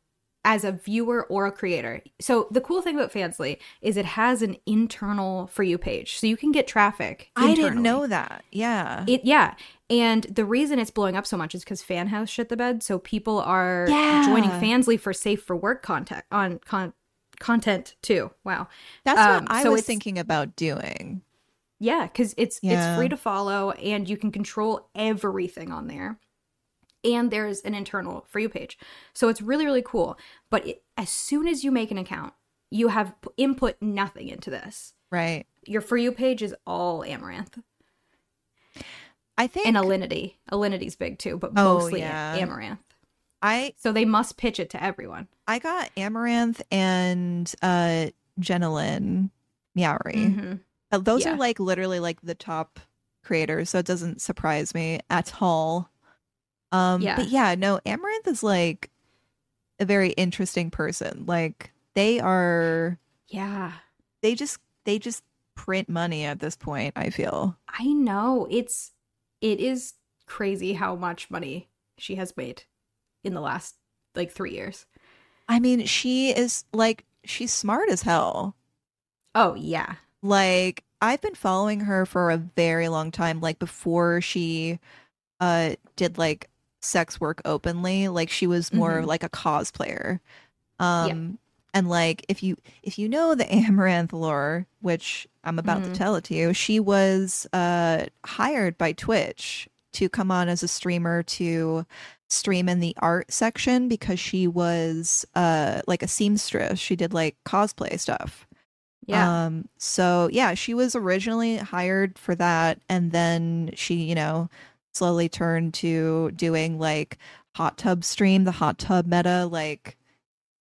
as a viewer or a creator, so the cool thing about Fansly is it has an internal for you page. So you can get traffic. I didn't internally. know that. Yeah, It yeah. And the reason it's blowing up so much is because Fanhouse shit the bed. So people are Yeah. joining Fansly for safe for work content on con- content too. Wow. that's um, what I so was it's- thinking about doing. Yeah, because it's Yeah. it's free to follow and you can control everything on there. And there's an internal for you page. So it's really, really cool. But it, as soon as you make an account, you have p- input nothing into this. Right. Your for you page is all Amaranth I think. and Alinity. Alinity's big too, but Oh, mostly yeah. Amaranth. I So they must pitch it to everyone. I got Amaranth and uh Jenilyn Meowry. Mhm. Uh, Those Yeah. are like literally like the top creators, so it doesn't surprise me at all. Um Yeah. but yeah, no, Amaranth is like a very interesting person. Like they are Yeah. they just they just print money at this point, I feel. I know. It's it is crazy how much money she has made in the last like 3 years. I mean, she is like she's smart as hell. Oh yeah. Like I've been following her for a very long time like before she uh did like sex work openly, like she was more of Mhm. like a cosplayer. Um and like if you if you know the Amaranth lore, which I'm about to Mhm. tell it to you, she was uh hired by Twitch to come on as a streamer to stream in the art section because she was uh like a seamstress. She did like cosplay stuff. Yeah. Um, so yeah, she was originally hired for that, and then she, you know, slowly turned to doing like hot tub stream, the hot tub meta, like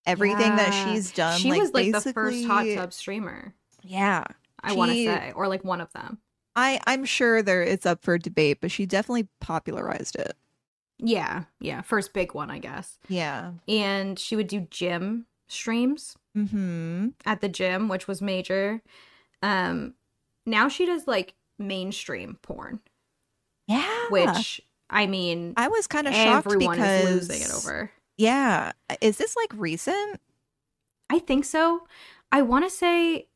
everything that Yeah. she's done. she was like the first hot basically- tub streamer. Yeah, I want to She- say, or like one of them. I I'm sure there it's up for debate, but she definitely popularized it. Yeah, yeah, first big one, I guess. Yeah. And she would do gym streams Hmm. at the gym, which was major. Um, now she does like mainstream porn, Yeah. which I mean, Ah. I was kind of shocked everyone because is losing it over. Yeah. Is this like recent? I think so. I want to say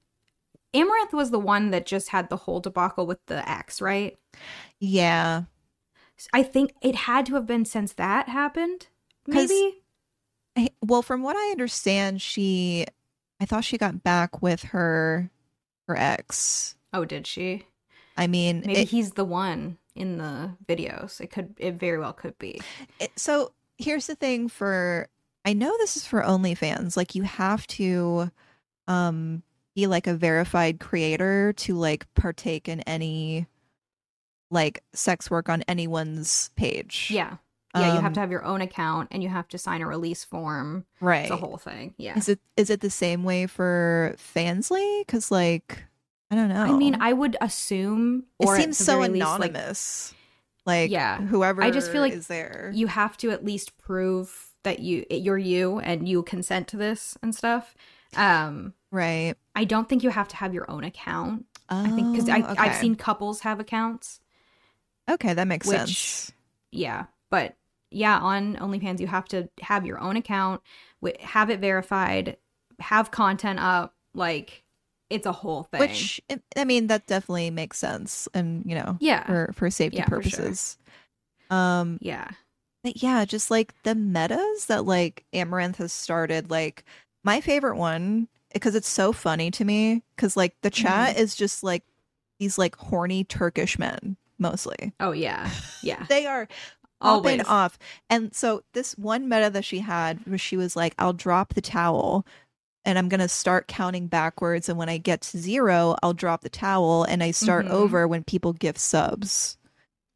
Amaranth was the one that just had the whole debacle with the axe, right? Yeah. I think it had to have been since that happened. 'Cause- Maybe. I, well, from what I understand, she I thought she got back with her her ex. Oh, did she? I mean, Maybe it- he's the one in the videos. It could. It very well could be. it- so here's the thing for I know this is for OnlyFans. Like you have to um be like a verified creator to like partake in any like sex work on anyone's page. Yeah. Yeah. you have Um, to have your own account, and you have to sign a release form. right. It's a whole thing. Yeah. Is it is it the same way for Fansly? Because like I don't know. I mean, I would assume. Oh. it Or at seems the so very least, like, anonymous. Like, Yeah. whoever I just feel like is there. you have to at least prove that you you're you and you consent to this and stuff. Um, right. I don't think you have to have your own account. I think because Oh, I've okay. seen couples have accounts. Okay, that makes which- sense. Yeah, but yeah, on OnlyFans you have to have your own account, wi- have it verified, have content up. Like it's a whole thing. Which it- I mean, that definitely makes sense, and you know, yeah, for for safety Yeah, for sure. purposes. Um, yeah, but yeah, just like the metas that like Amaranth has started. Like my favorite one because it's so funny to me because like the Mm-hmm. chat is just like these like horny Turkish men mostly. oh yeah, yeah. they are up Always. and off. And so this one meta that she had was she was like, I'll drop the towel and I'm gonna start counting backwards. And when I get to zero, I'll drop the towel and I start Mhm. over when people give subs.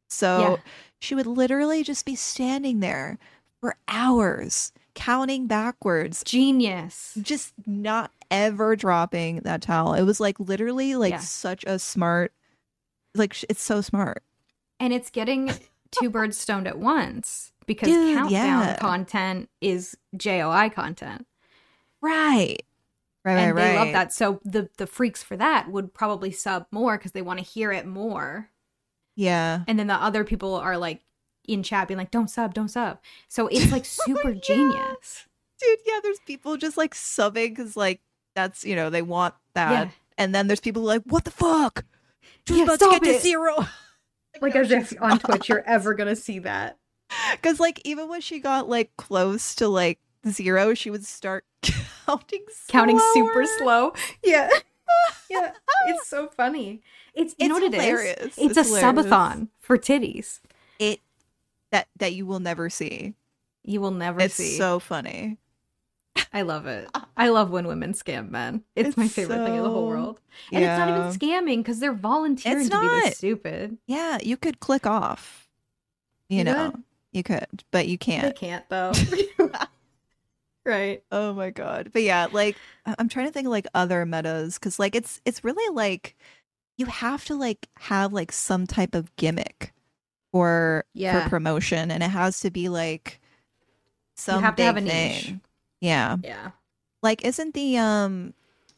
So Yeah. she would literally just be standing there for hours counting backwards, Genius. just not ever dropping that towel. It was like literally like Yeah. such a smart like sh- it's so smart. and it's getting two birds stoned at once because Dude, countdown yeah. content is JOI content, Right. Right, and right, they love right. that. So the the freaks for that would probably sub more because they want to hear it more, Yeah. and then the other people are like in chat being like, "Don't sub, don't sub." So it's like super yeah. genius. Dude, yeah, there's people just like subbing because like that's you know, they want that. Yeah, And then there's people like, what the fuck? Just Yeah, about to stop get to it." zero. you're ever gonna see that. Because like even when she got like close to like zero, she would start counting Counting super slower. slow. Yeah, yeah. It's so funny. It's you know It's what it hilarious. is. It's It's, a hilarious. subathon for titties. It that that you will never see. You will never It's see. so funny. I love it. I love when women scam men. It's, It's my favorite thing in the whole so- world. And it's not even scamming because they're volunteering It's to be not. this stupid. Yeah, you could click off. You, You know. You could, but you can't. They can't though. right. Oh my god. But yeah, like I- I'm trying to think of like other metas cuz like it's it's really like you have to like have like some type of gimmick for Yeah. for promotion and it has to be like some you have to have a big niche. thing. Yeah. Yeah. Like isn't the um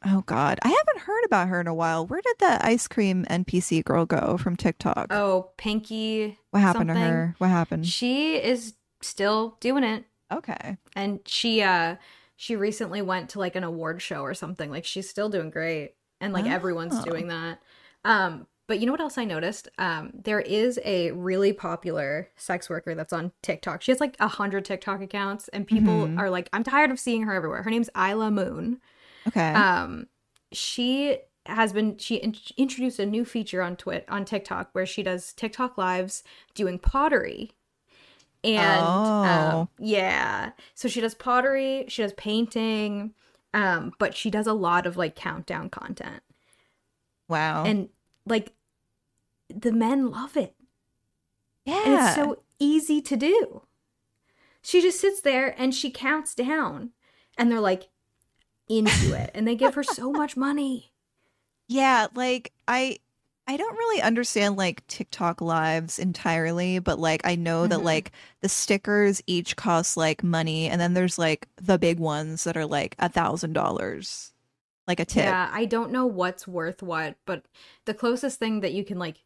oh god, I haven't heard about her in a while. Where did that ice cream NPC girl go from TikTok? Oh, Pinky. what happened to something. her? What happened? She is still doing it. okay. And she uh she recently went to like an award show or something. Like she's still doing great. And like everyone's Oh. doing that. Um but you know what else I noticed? Um, there is a really popular sex worker that's on TikTok. She has like a hundred TikTok accounts, and people Mhm. are like, "I'm tired of seeing her everywhere." Her name's Isla Moon, Okay. um she has been she in- introduced a new feature on twit on tiktok where she does tiktok lives doing pottery and Oh. um, yeah so she does pottery she does painting um but she does a lot of like countdown content wow. and like the men love it yeah. and it's so easy to do. She just sits there and she counts down, and they're like into it, and they give her so much money. Yeah, like I I don't really understand like TikTok lives entirely, but like I know that Mhm. like the stickers each cost like money and then there's like the big ones that are like a thousand dollars. Like a tip. Yeah, I don't know what's worth what, but the closest thing that you can like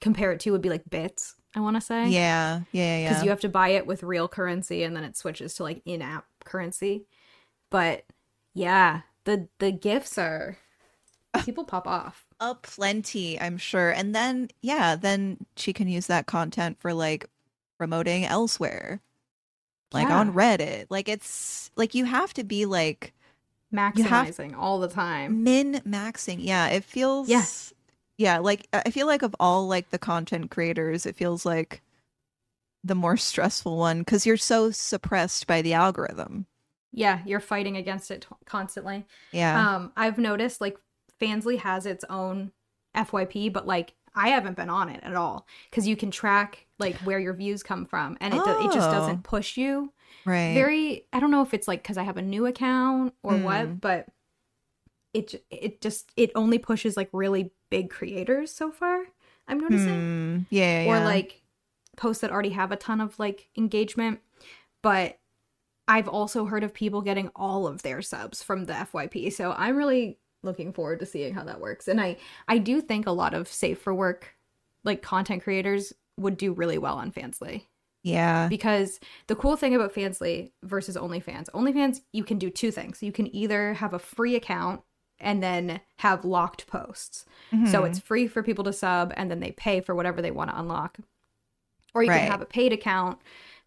compare it to would be like bits, I want to say. Yeah, yeah, Because yeah. you have to buy it with real currency and then it switches to like in app currency. But yeah, the the gifts are people pop off. a plenty, I'm sure. And then yeah, then she can use that content for like promoting elsewhere. Like Yeah. on Reddit. Like it's like you have to be like Maximizing You have- all the time. min maxing. Yeah, it feels Yes. Yeah, like I I feel like of all like the content creators, it feels like the more stressful one cuz you're so suppressed by the algorithm. Yeah, you're fighting against it t- constantly. Yeah. Um, I've noticed like Fansly has its own FYP, but like I haven't been on it at all because you can track like where your views come from, and it do- it just Oh. doesn't push you. right. Very, I don't know if it's like because I have a new account or Mm. what, but it j- it just it only pushes like really big creators so far. I'm noticing Hmm. Yeah, yeah. or yeah. like posts that already have a ton of like engagement. But I've also heard of people getting all of their subs from the FYP. So I'm really looking forward to seeing how that works. And I I do think a lot of safe for work like content creators would do really well on Fansly Yeah. because the cool thing about Fansly versus OnlyFans, OnlyFans you can do two things. You can either have a free account and then have locked posts. So Mhm. it's free for people to sub and then they pay for whatever they want to unlock. Or you Right. can have a paid account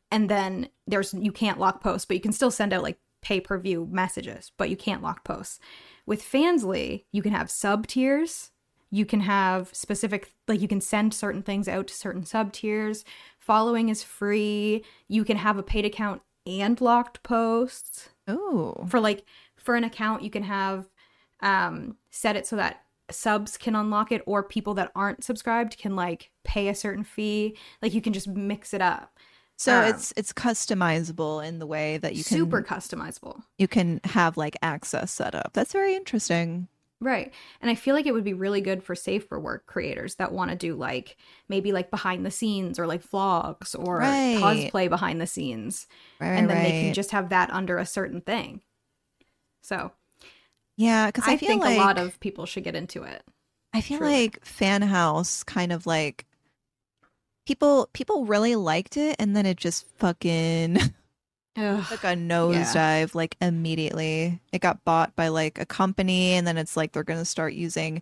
and then there's you can't lock posts, but you can still send out like pay per view messages, but you can't lock posts. With Fansly, you can have sub tiers. You can have specific like you can send certain things out to certain sub tiers. Following is free. You can have a paid account and locked posts Ooh. for like for an account you can have um set it so that subs can unlock it or people that aren't subscribed can like pay a certain fee like you can just mix it up So um, it's it's customizable in the way that you can super customizable you can have like access set up. That's very interesting. right and i feel like it would be really good for safer work creators that want to do like maybe like behind the scenes or like vlogs or Right. cosplay behind the scenes Right, and right, then they can right. just have that under a certain thing so yeah, because I, i, feel think like a lot of people should get into it I feel Truly. like Fan House kind of like people people really liked it and then it just fucking Ugh. took a nosedive like immediately. It got bought by like a company and then it's like they're gonna start using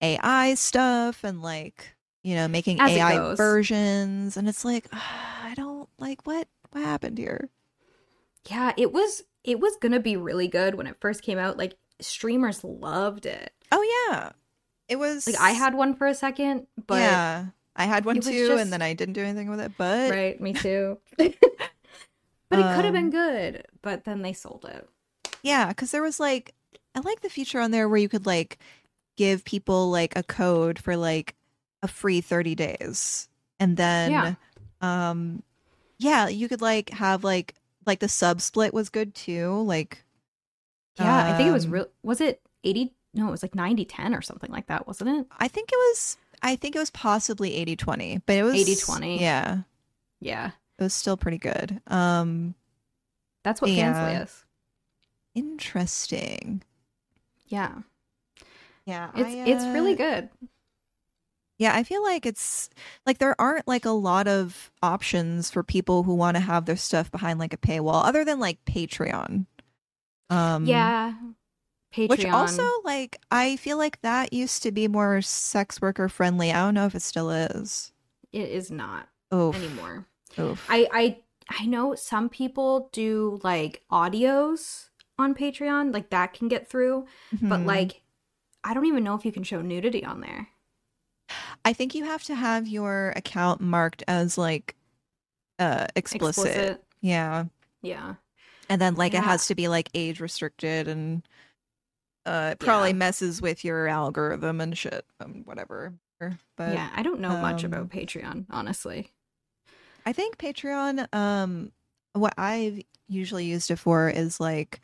AI stuff and like you know making As it AI goes. versions and it's like "Ah, I don't like what what happened here. Yeah, it was it was gonna be really good when it first came out. Like streamers loved it. Oh yeah, it was Like I had one for a second, but yeah I had one it was too just- and then I didn't do anything with it but right, me too. but it could have been Um, good. But then they sold it. Yeah, because there was like, I like the feature on there where you could like give people like a code for like a free 30 days. And then, Yeah. um, yeah, you could like have like, like the sub split was good too. Like, Yeah, I think it was um, real. Was it eighty? No, it was like 90-10 or something like that, wasn't it? I think it was, I think it was possibly 80 20, but it was 80/20. Yeah. Yeah, It was still pretty good. Um, that's what Yeah. Fansly is. interesting. Yeah, Yeah. it's it's really good. Yeah, I feel like it's like there aren't like a lot of options for people who want to have their stuff behind like a paywall other than like Patreon. Um yeah, Patreon. which also like I feel like that used to be more sex worker friendly. I don't know if it still is. it is not Oof. anymore. Oof. I I I know some people do like audios on Patreon, like that can get through, but Mhm. like I don't even know if you can show nudity on there. I think you have to have your account marked as like uh explicit. Yeah. Yeah. And then like Yeah. it has to be like age restricted and uh it probably Yeah. messes with your algorithm and shit and whatever. But yeah, I don't know much um, about Patreon, honestly. I think Patreon um what I've usually used it for is like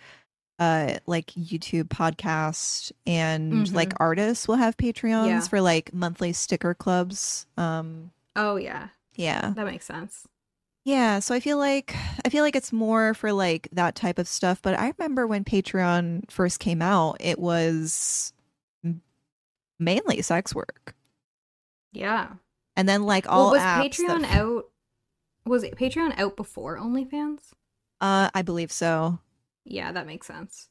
uh like YouTube podcasts and like Mhm. artists will have Patreons Yeah. for like monthly sticker clubs. Um Oh yeah, yeah. that makes sense. Yeah, so I feel like I feel like it's more for like that type of stuff, but I remember when Patreon first came out, it was m- mainly sex work. Yeah. And then like Well, all was apps that- Patreon out? Was it Patreon out before OnlyFans? Uh, I believe so. Yeah, that makes sense.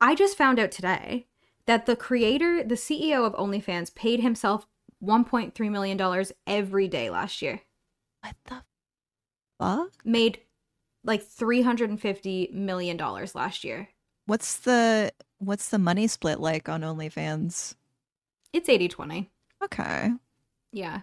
I just found out today that the creator, the CEO of OnlyFans, paid himself $1.3 million every day last year. What the fuck? Made like $350 million last year. What's the what's the money split like on OnlyFans? It's 80 20. Okay. Yeah.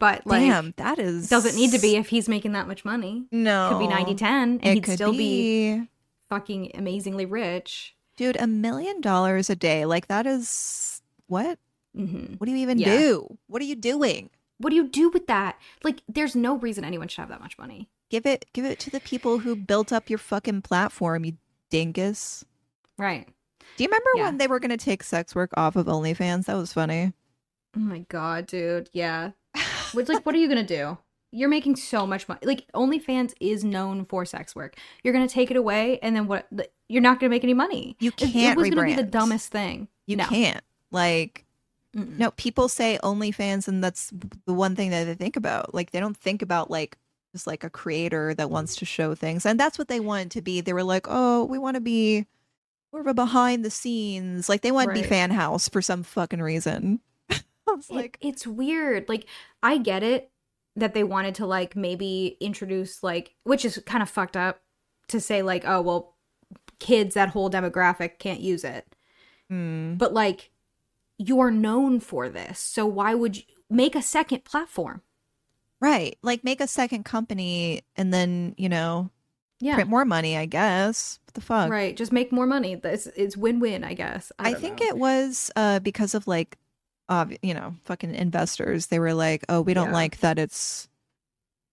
But like, Damn, that is doesn't need to be if he's making that much money. No. Could be 90 10, and It he'd could still be be fucking amazingly rich. Dude, a million dollars a day. Like that is what? hmm What do you even Yeah. do? What are you doing? What do you do with that? Like, there's no reason anyone should have that much money. Give it give it to the people who built up your fucking platform, you dingus. Right. Do you remember Yeah. when they were gonna take sex work off of OnlyFans? That was funny. Oh my god, dude. Yeah. Which like what are you gonna do? You're making so much money. Like OnlyFans is known for sex work. You're gonna take it away, and then what? th- You're not gonna make any money. You It- can't It was gonna be the rebrand. dumbest thing. You No. can't. Like Mm-mm. No, people say OnlyFans, and that's the one thing that they think about. Like they don't think about like just like a creator that wants to show things, and that's what they want to be. They were like, oh, we want to be more of a behind the scenes. Like they want to be Right. fan house for some fucking reason. I was It- like, it's weird. Like I get it that they wanted to like maybe introduce like which is kind of fucked up to say like oh well kids that whole demographic can't use it. hmm. But like you're known for this. So why would you make a second platform? right, like make a second company, and then you know Yeah. print more money. I guess what the fuck. Right. Just make more money. It's, it's win win, I guess. I, I, don't think know. it was uh, because of like, obvi- you know, fucking investors. They were like, "Oh, we don't Yeah. like that it's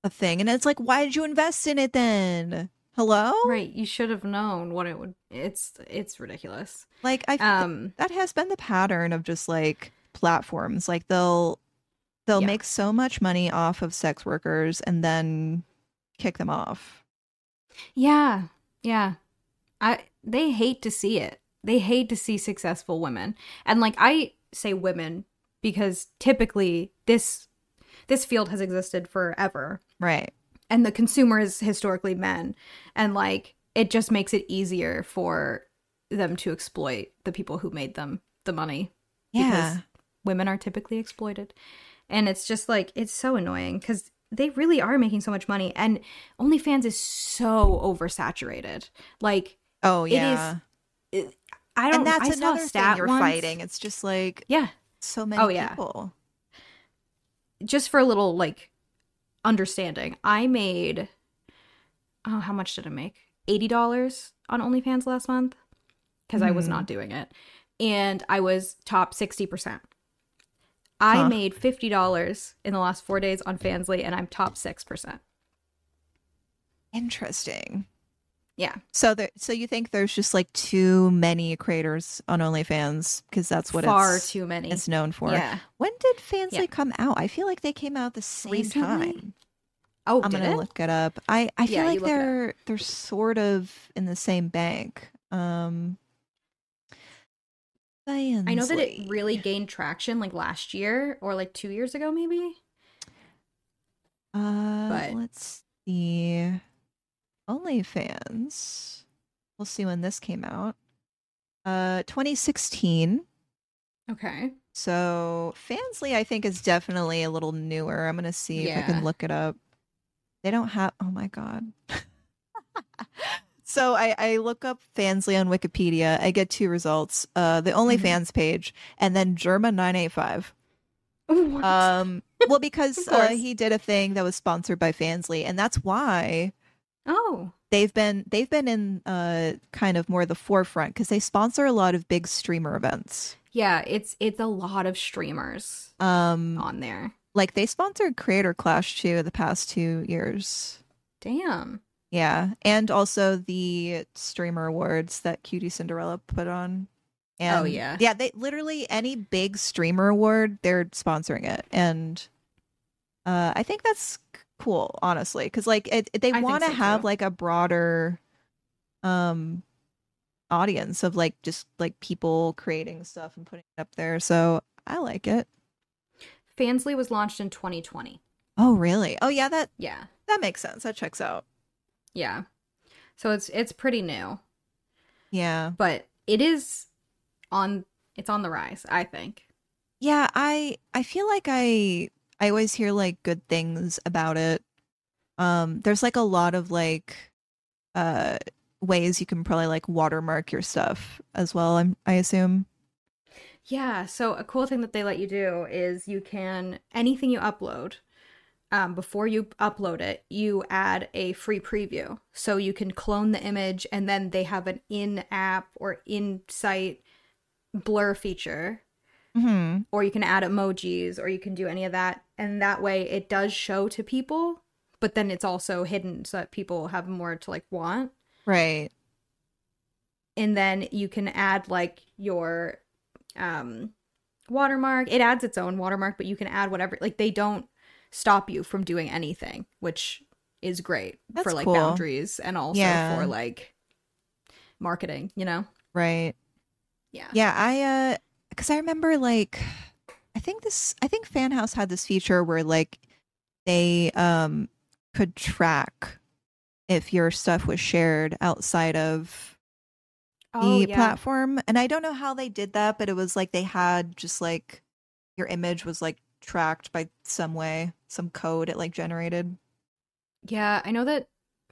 a thing," and it's like, "Why did you invest in it then?" Hello, Right. You should have known what it would. It's it's ridiculous. like I Um. that has been the pattern of just like platforms. Like they'll they'll Yeah. make so much money off of sex workers and then kick them off. Yeah. Yeah. I. They hate to see it. They hate to see successful women. And like I say, women because typically this this field has existed forever. Right. and the consumer is historically men and like it just makes it easier for them to exploit the people who made them the money Yeah. women are typically exploited and it's just like it's so annoying because they really are making so much money and onlyfans is so oversaturated like Oh it is- yeah. i and don't that's I saw a another stat thing you're once. fighting. It's just like yeah so many Oh, yeah. people. just for a little like understanding, I made oh how much did I make? Eighty dollars on OnlyFans last month because I was Mhm. not doing it, and I was top sixty percent. I Huh. made fifty dollars in the last four days on Fansly, and I'm top six percent. Interesting. Yeah, So there, so you think there's just like too many creators on OnlyFans because that's what far it's, too many. it's known for. Yeah. When did Fansly Yeah. come out? I feel like they came out the same Recently? time. Oh, I'm did gonna it? look it up. I I Yeah, feel you like look it up. they're they're sort of in the same bank. Um. I know that it Fansly. really gained traction like last year or like two years ago, maybe. Uh, but- let's see. OnlyFans. We'll see when this came out. Uh, 2016. Okay. So Fansly, I think, is definitely a little newer. I'm gonna see if I Yeah. can look it up. They don't have. Oh my god. so I, I look up Fansly on Wikipedia. I get two results: uh, Mm-hmm. the OnlyFans page, and then Germa nine eight five. What? Um, well, because Of uh, course. he did a thing that was sponsored by Fansly, and that's why oh, they've been they've been in uh kind of more the forefront because they sponsor a lot of big streamer events. yeah. It's it's a lot of streamers. Um, on there. like they sponsored creator clash too the past two years Damn. Yeah, and also the streamer awards that Cutie Cinderella put on. And Oh, yeah. yeah. They literally any big streamer award, they're sponsoring it, and uh, I think that's c- cool, honestly, because like it, it- they I think want to so, have too. like a broader, um, audience of like just like people creating stuff and putting it up there. So I like it. Fansly was launched in 2020. Oh really? Oh yeah, that Yeah. that makes sense. That checks out. Yeah. So it's it's pretty new, Yeah. but it is on it's on the rise, I think. Yeah, I I feel like I I always hear like good things about it. Um there's like a lot of like uh ways you can probably like watermark your stuff as well, I'm I assume. Yeah, so a cool thing that they let you do is you can anything you upload um, before you upload it, you add a free preview. So you can clone the image and then they have an in app or in site blur feature Mhm. or you can add emojis or you can do any of that and that way it does show to people but then it's also hidden so that people have more to like want Right. and then you can add like your um watermark it adds its own watermark but you can add whatever like they don't stop you from doing anything which is great That's for like cool. boundaries and also Yeah. for like marketing you know Right. yeah Yeah, I uh cuz I remember like I think this I think Fanhouse had this feature where like they um could track if your stuff was shared outside of Oh, the platform. And I don't know how they did that, but it was like they had just like your image was like tracked by some way, some code it like generated. Yeah, I know that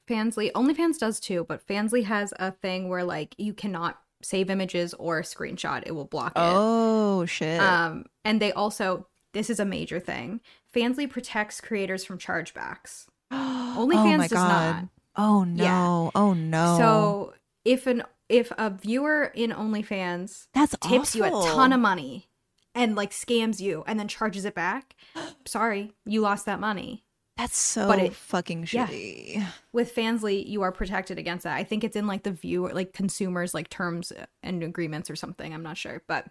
Fansly, OnlyFans does too, but Fansly has a thing where like you cannot save images or screenshot. It will block Oh it. shit. Um, and they also, this is a major thing, Fansly protects creators from chargebacks. oh OnlyFans my does god. not. Oh no. Yeah. Oh no. So if an if a viewer in OnlyFans that's tips you awful. a ton of money and like scams you and then charges it back, sorry, you lost that money. That's so but it- fucking yeah. shitty. with Fansly, you are protected against that. I think it's in like the viewer, like consumers, like terms and agreements or something. I'm not sure, but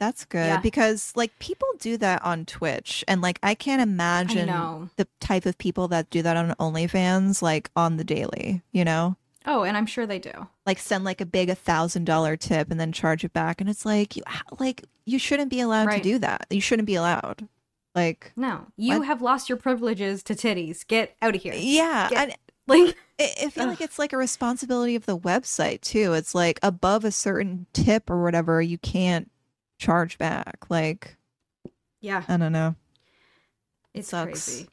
That's good Yeah. because like people do that on Twitch and like I can't imagine know. the type of people that do that on OnlyFans like on the daily, you know? oh, and I'm sure they do. like send like a big a thousand dollar tip and then charge it back and it's like you like you shouldn't be allowed to Right. do that you shouldn't be allowed like No, you What? have lost your privileges to titties. Get out of here. yeah Get- and Like, I, I feel like Ugh. it's like a responsibility of the website too it's like above a certain tip or whatever you can't charge back like yeah, i don't know it's sucks. crazy,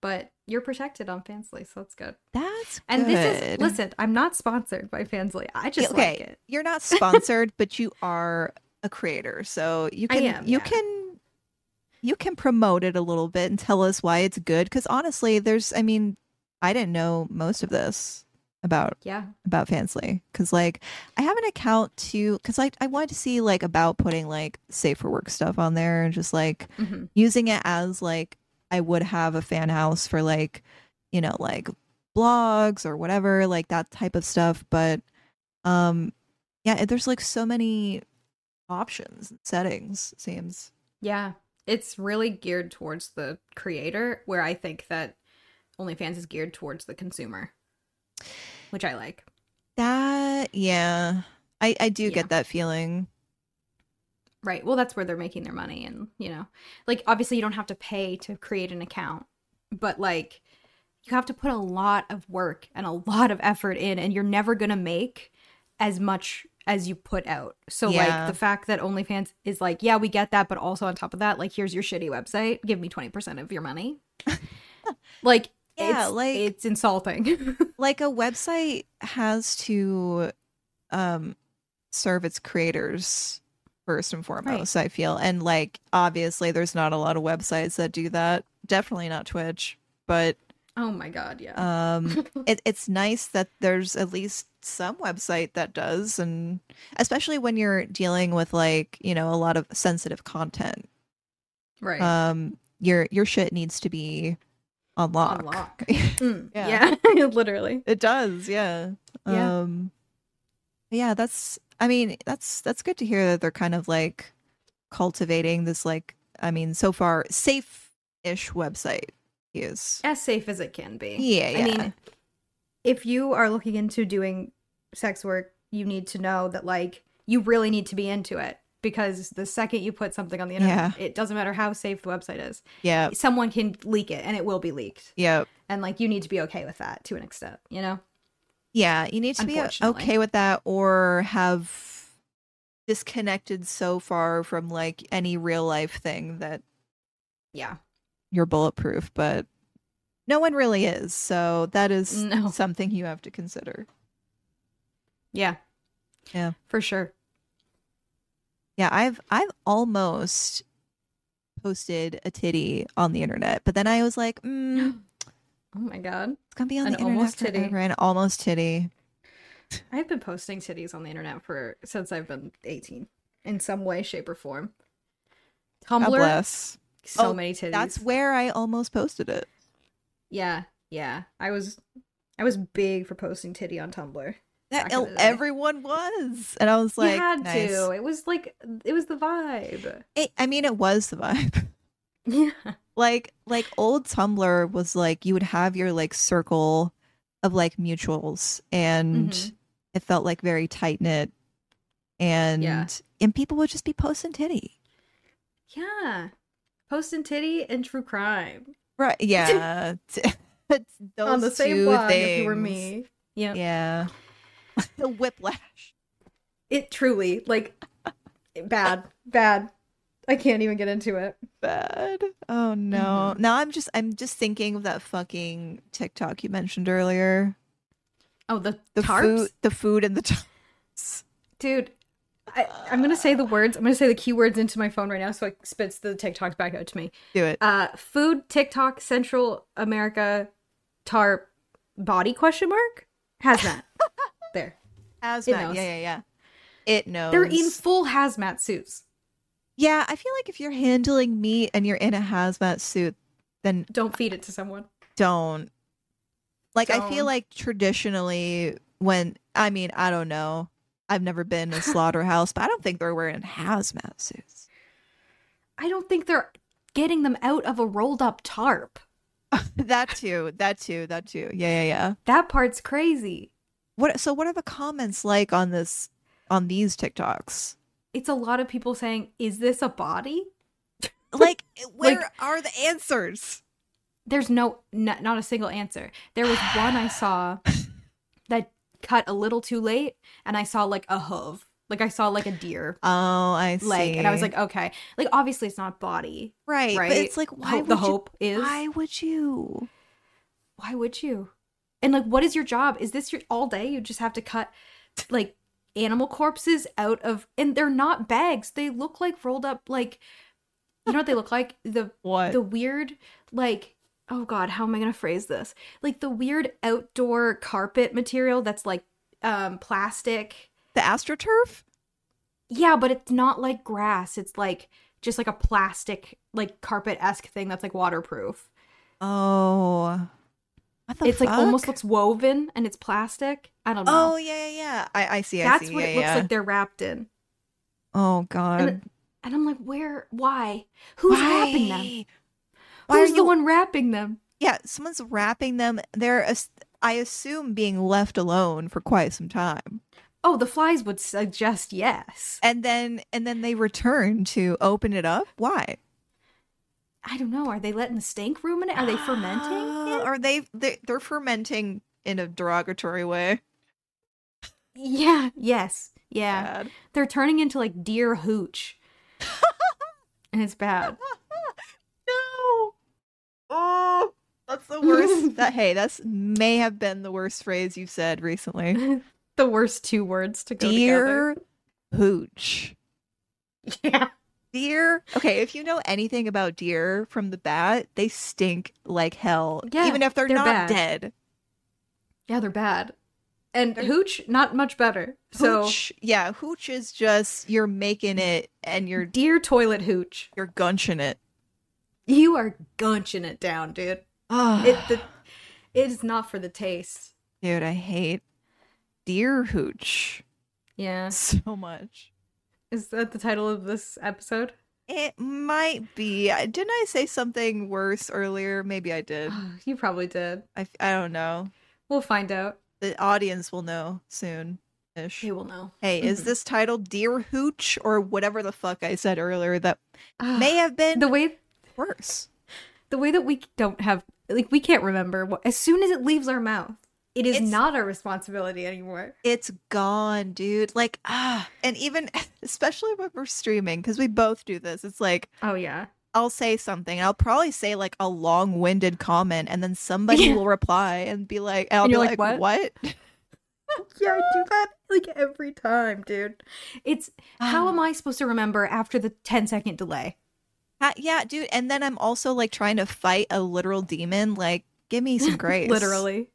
but you're protected on Fansly, so that's good. that's And this is good. listen. I'm not sponsored by Fansly. I just okay like it. you're not sponsored but you are a creator so you I can am, you yeah. can you can promote it a little bit and tell us why it's good because honestly there's i mean i didn't know most of this about Yeah, about fansley because like i have an account to because like i wanted to see like about putting like safe for work stuff on there and just like hmm using it as like I would have a fan house for like, you know, like blogs or whatever, like that type of stuff. But um yeah, it- there's like so many options and settings, it seems. yeah. It's really geared towards the creator, where I think that OnlyFans is geared towards the consumer, which I like. That yeah. I, I do Yeah. get that feeling. Right. Well, that's where they're making their money. And, you know, like obviously you don't have to pay to create an account, but like you have to put a lot of work and a lot of effort in, and you're never going to make as much as you put out. So, Yeah. like, the fact that OnlyFans is like, yeah, we get that, but also on top of that, like, here's your shitty website. Give me 20% of your money. like, Yeah, it's, like- it's insulting. Like a website has to um serve its creators first and foremost, I feel. And like obviously there's not a lot of websites that do that. Definitely not Twitch, but oh my God. Yeah. um it, it's nice that there's at least some website that does and especially when you're dealing with like you know a lot of sensitive content uh, right. um your your shit needs to be unlock. Unlock. Mm. Yeah. yeah, literally. It does, yeah. Yeah. Um Yeah, that's I mean, that's that's good to hear that they're kind of like cultivating this like I mean, so far safe ish website use. As safe as it can be. Yeah, yeah. I mean, if you are looking into doing sex work, you need to know that like you really need to be into it because the second you put something on the internet, it doesn't matter how safe the website is, yeah. someone can leak it and it will be leaked. Yeah. And like you need to be okay with that to an extent, you know? Yeah, you need to be o- Unfortunately. okay with that or have disconnected so far from like any real life thing that Yeah. you're bulletproof, but no one really is. So that is No. something you have to consider. Yeah. Yeah. For sure. Yeah, I've I've almost posted a titty on the internet, but then I was like, mm, oh my god. it's gonna be on An the internet almost forever. titty. An almost titty. I've been posting titties on the internet for since I've been 18 in some way, shape, or form. God Tumblr, bless. so Oh, many titties. That's where I almost posted it. Yeah, yeah. I was I was big for posting titty on Tumblr. That Back in the day. everyone was, and I was like, you had nice. to. It was like it was the vibe. It, I mean, it was the vibe. Yeah. like like old Tumblr was like you would have your like circle of like mutuals, and Mhm. it felt like very tight knit, and and people would just be posting titty. Yeah. Posting titty and true crime. Right. Yeah. T- it's Those on the same two blog if you were things. me. Yeah. Yeah. the whiplash. It truly, like bad. Bad. I can't even get into it. Bad. Oh no. Mm-hmm. Now I'm just I'm just thinking of that fucking TikTok you mentioned earlier. Oh, the, The tarps? food the food and the tarps. Dude. I, I'm gonna say the words. I'm gonna say the keywords into my phone right now, so it spits the TikToks back out to me. Do it. uh food tiktok central america tarp body question mark hazmat there Hazmat. it Yeah, knows. yeah, yeah. It knows. they're in full hazmat suits Yeah, I feel like if you're handling meat and you're in a hazmat suit, then don't feed it to someone don't like i feel Don't. like traditionally when i mean i don't know i've never been in a slaughterhouse but i don't think they're wearing hazmat suits i don't think they're getting them out of a rolled up tarp that too that too that too yeah yeah yeah that part's crazy what so what are the comments like on this on these tiktoks it's a lot of people saying is this a body like where Like- are the answers there's no n- not a single answer there was one i saw that cut a little too late and i saw like a hoof like i saw like a deer oh i see leg and i was like okay like obviously it's not body right, right? but it's like why Ho- would the you- hope is why would you why would you and like what is your job is this your all day you just have to cut like animal corpses out of and they're not bags they look like rolled up like you know what they look like the what the weird like oh god how am i gonna phrase this like the weird outdoor carpet material that's like um plastic the astroturf yeah but it's not like grass it's like just like a plastic like carpet-esque thing that's like waterproof oh what the it's like almost fuck? looks woven and it's plastic. I don't know. Oh yeah, yeah, yeah. I, I see. I That's see. what yeah, it looks yeah. like they're wrapped in. Oh god. And, and I'm like, where? Why? Who's wrapping them? Why? Why Who's are the you- one wrapping them? Yeah, someone's wrapping them. They're, as- I assume, being left alone for quite some time, Oh, the flies would suggest yes. and then and then they return to open it up. Why? I don't know. Are they letting the stank ruminate? Are they fermenting? Ah, it? Are they, they? They're fermenting in a derogatory way. Yeah. Yes. Yeah. Bad. They're turning into like deer hooch. and it's bad. No. Oh, that's the worst. that hey, that's may have been the worst phrase you've said recently. The worst two words to go Dear hooch. together. Yeah. Deer. Okay, if you know anything about deer from the bat, they stink like hell. Yeah, even if they're, they're not bad. dead. Yeah, they're bad. And They're- hooch, not much better. So Hooch, yeah, hooch is just you're making it and you're Dear toilet hooch, you're gunching it. you are gunching it down, dude. It, the, it is not for the taste. Dude, I hate deer hooch Yeah. so much. Is that the title of this episode? It might be. I- Didn't I say something worse earlier? Maybe I did. you probably did. I, f- I don't know. We'll find out. The audience will know soon ish. They will know. Hey, is Mhm. this titled Deer Hooch or whatever the fuck I said earlier that Ah, may have been the way worse? the way that we don't have like we can't remember what, as soon as it leaves our mouth, it is It's- not our responsibility anymore. It's gone, dude. Like, ah, and even especially when we're streaming, because we both do this, it's like Oh yeah. I'll say something, I'll probably say like a long winded comment, and then somebody Yeah. will reply and be like, and I'll And be you're like, like, what? Yeah, I do that like every time, dude. It's how am I supposed to remember after the 10 second delay? Ha- yeah, dude. And then I'm also like trying to fight a literal demon. Like, give me some grace. Literally.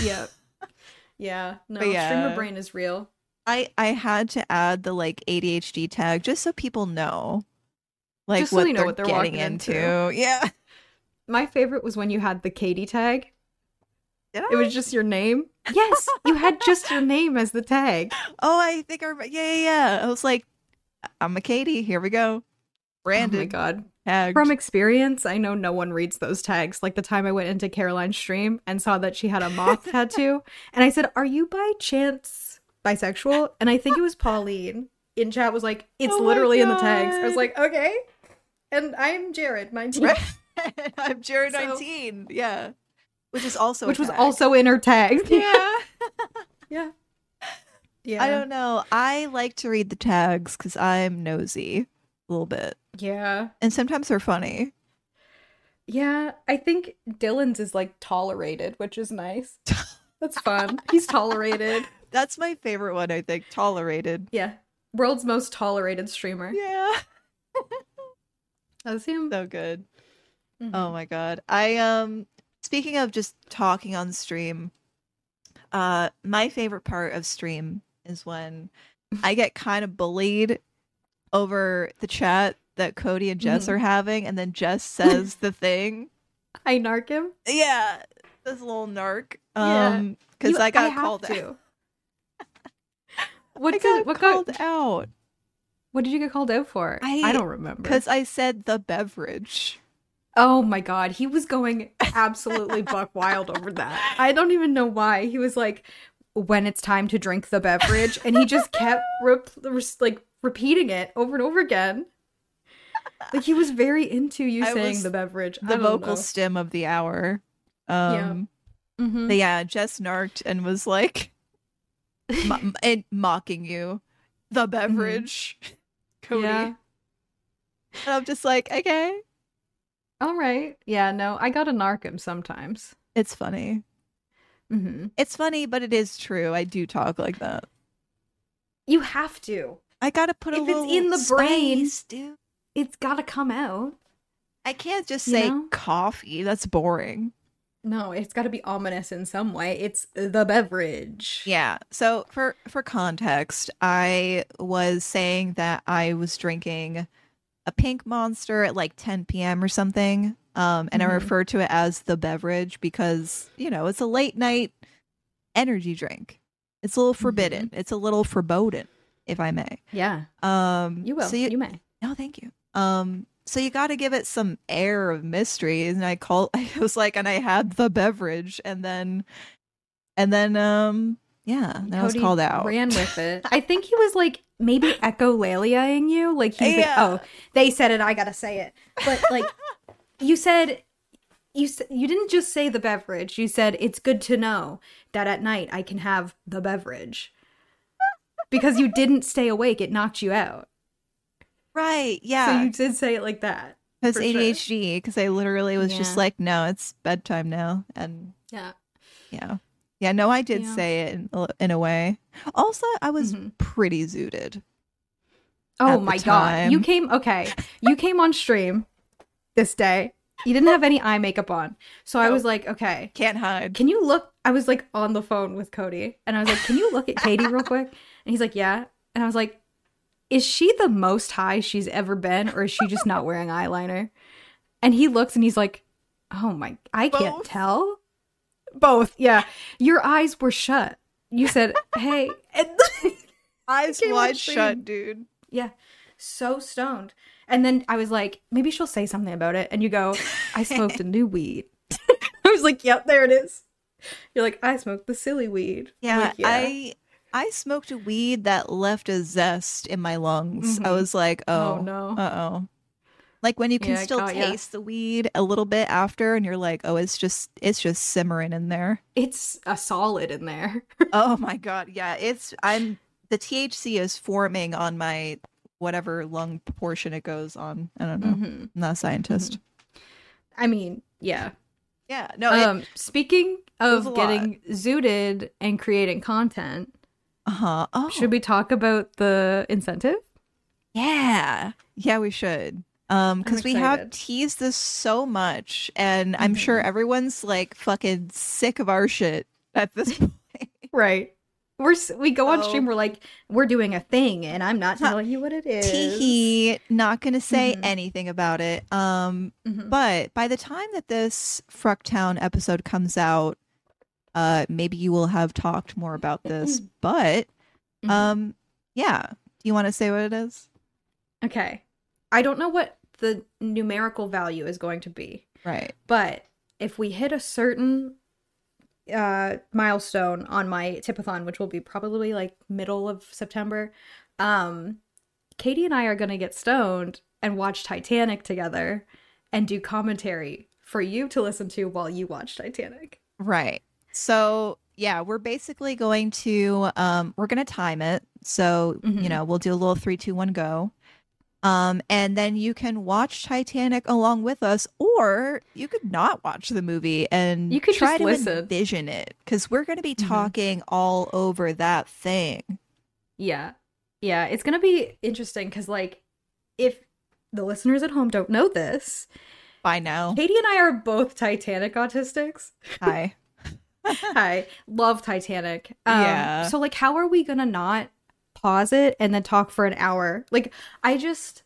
Yeah. yeah. No, But yeah. streamer brain is real. I I had to add the like ADHD tag just so people know, like Just so what, they know they're what they're getting walking into. into. Yeah. My favorite was when you had the Katie tag. Did It I? was just your name. Yes, you had just your name as the tag. Oh, I think I remember. Yeah, yeah, yeah. I was like, I'm a Katie. Here we go. Oh my Brandon god. tagged. From experience, I know no one reads those tags. Like the time I went into Caroline's stream and saw that she had a moth tattoo, and I said, "Are you by chance bisexual?" And I think it was Pauline in chat was like, "It's Oh my literally in the tags." I was God. like, "Okay." And I'm Jared, 19, Right. I'm Jared So- 19. Yeah. Which is also a which was tag. also in her tags. yeah. yeah. Yeah. I don't know. I like to read the tags because I'm nosy a little bit, Yeah. and sometimes they're funny. Yeah, I think Dylan's is like tolerated, which is nice. That's fun. He's tolerated. That's my favorite one. I think tolerated. Yeah. World's most tolerated streamer. Yeah. That's him. So good. Mhm. Oh my god. I um speaking of just talking on stream, uh my favorite part of stream is when I get kind of bullied over the chat that Cody and Jess Mhm. are having and then Jess says the thing. I narc him. Yeah. This little narc. Yeah. Um cuz You- I got have called out. to. What I did got what called got out what did you get called out for? I- don't remember. cuz I said the beverage. oh my god, he was going absolutely buck wild over that. I don't even know why. He was like, when it's time to drink the beverage, and he just kept rep- like repeating it over and over again. Like he was very into you I saying was the beverage, The vocal stem of the hour. Um hmm But yeah, Jess narked and was like, mo- m- and mocking you, the beverage, Cody. Mm-hmm. Yeah. And I'm just like, okay, All right. Yeah. No, I gotta narc him sometimes. it's funny. hmm It's funny, but it is true. I do talk like that. You have to. I gotta put a If it's little in the brain- spice, dude. It's gotta come out. I can't just You say know? coffee. That's boring. No, it's got to be ominous in some way. It's the beverage. Yeah. So for for context, I was saying that I was drinking a pink monster at like 10 p.m. or something. Um, and I Mhm. refer to it as the beverage because, you know, it's a late night energy drink. It's a little Mm-hmm. forbidden. It's a little foreboding, if I may. Yeah. Um, You will. So you, you, may. no, thank you. Um, so you got to give it some air of mystery. And I call, I was like, and I had the beverage, and then, and then, um, yeah, then I was Cody called out. Ran with it. I think he was like maybe echolaliaing you. Like he's Yeah. like, oh, they said it. I gotta say it. But like, you said. You, s- you didn't just say the beverage. You said it's good to know that at night I can have the beverage. Because you didn't stay awake, it knocked you out. right? So Yeah, you did say it like that. because for sure. ADHD. Because I literally was just Yeah. like, no, it's bedtime now, and Yeah. yeah, yeah. No, I did Yeah. say it in, a- in a way. Also, I was Mhm. pretty zooted. at Oh the my god. You time. came okay. You came on stream this day. You didn't have any eye makeup on. So I was like, okay, Can't hide. can you look I was like on the phone with Cody and I was like, "Can you look at Katie real quick?" And he's like, "Yeah." And I was like, "Is she the most high she's ever been or is she just not wearing eyeliner?" And he looks and he's like, Oh my, I can't Both. tell. Both, yeah. Your eyes were shut. You said, "Hey," and- Eyes Came wide with shut, dude. yeah, so stoned. And then I was like, maybe she'll say something about it. And you go, "I smoked a new weed." I was like, "Yep, there it is." You're like, "I smoked the silly weed." I'm Yeah, like, I I smoked a weed that left a zest in my lungs. I Mhm. was like, oh, Oh, no. uh oh. Like when you can Yeah, I still got ya. taste the weed a little bit after, and you're like, oh, it's just it's just simmering in there. it's a solid in there. oh my god, yeah, it's I'm the THC is forming on my whatever lung portion it goes on. I don't know. Mhm. I'm not a scientist. I mean, yeah. Mm-hmm. Yeah, no, it, Um, speaking was a of lot. getting zooted and creating content, uh huh. Oh, should we talk about the incentive? Yeah. Yeah, we should. Um, because we have excited. teased this so much, and I'm sure Mhm. everyone's like fucking sick of our shit at this point. Right. We're s- we go on So- stream. We're like we're doing a thing, and I'm not Huh. telling you what it is. Teehee, not gonna say Mhm. anything about it. Um, Mhm. but by the time that this Frucktown episode comes out, uh, maybe you will have talked more about Mm-hmm. this. But Mhm. um, yeah, do you want to say what it is? okay, I don't know what the numerical value is going to be, Right. but if we hit a certain uh milestone on my tipathon, which will be probably like middle of September, um, Katie and I are gonna get stoned and watch Titanic together and do commentary for you to listen to while you watch Titanic. Right. So yeah, we're basically going to um we're gonna time it. So you Mhm. know, we'll do a little three, two, one go. Um, and then you can watch Titanic along with us, or you could not watch the movie and You could try just to listen. envision it because we're gonna be Mhm. talking all over that thing. Yeah. Yeah, it's going to be interesting cuz like if the listeners at home don't know this, By now, Katie and I are both Titanic autistics. hi. I love Titanic. Um, Yeah. So like how are we going to not pause it and then talk for an hour? Like I just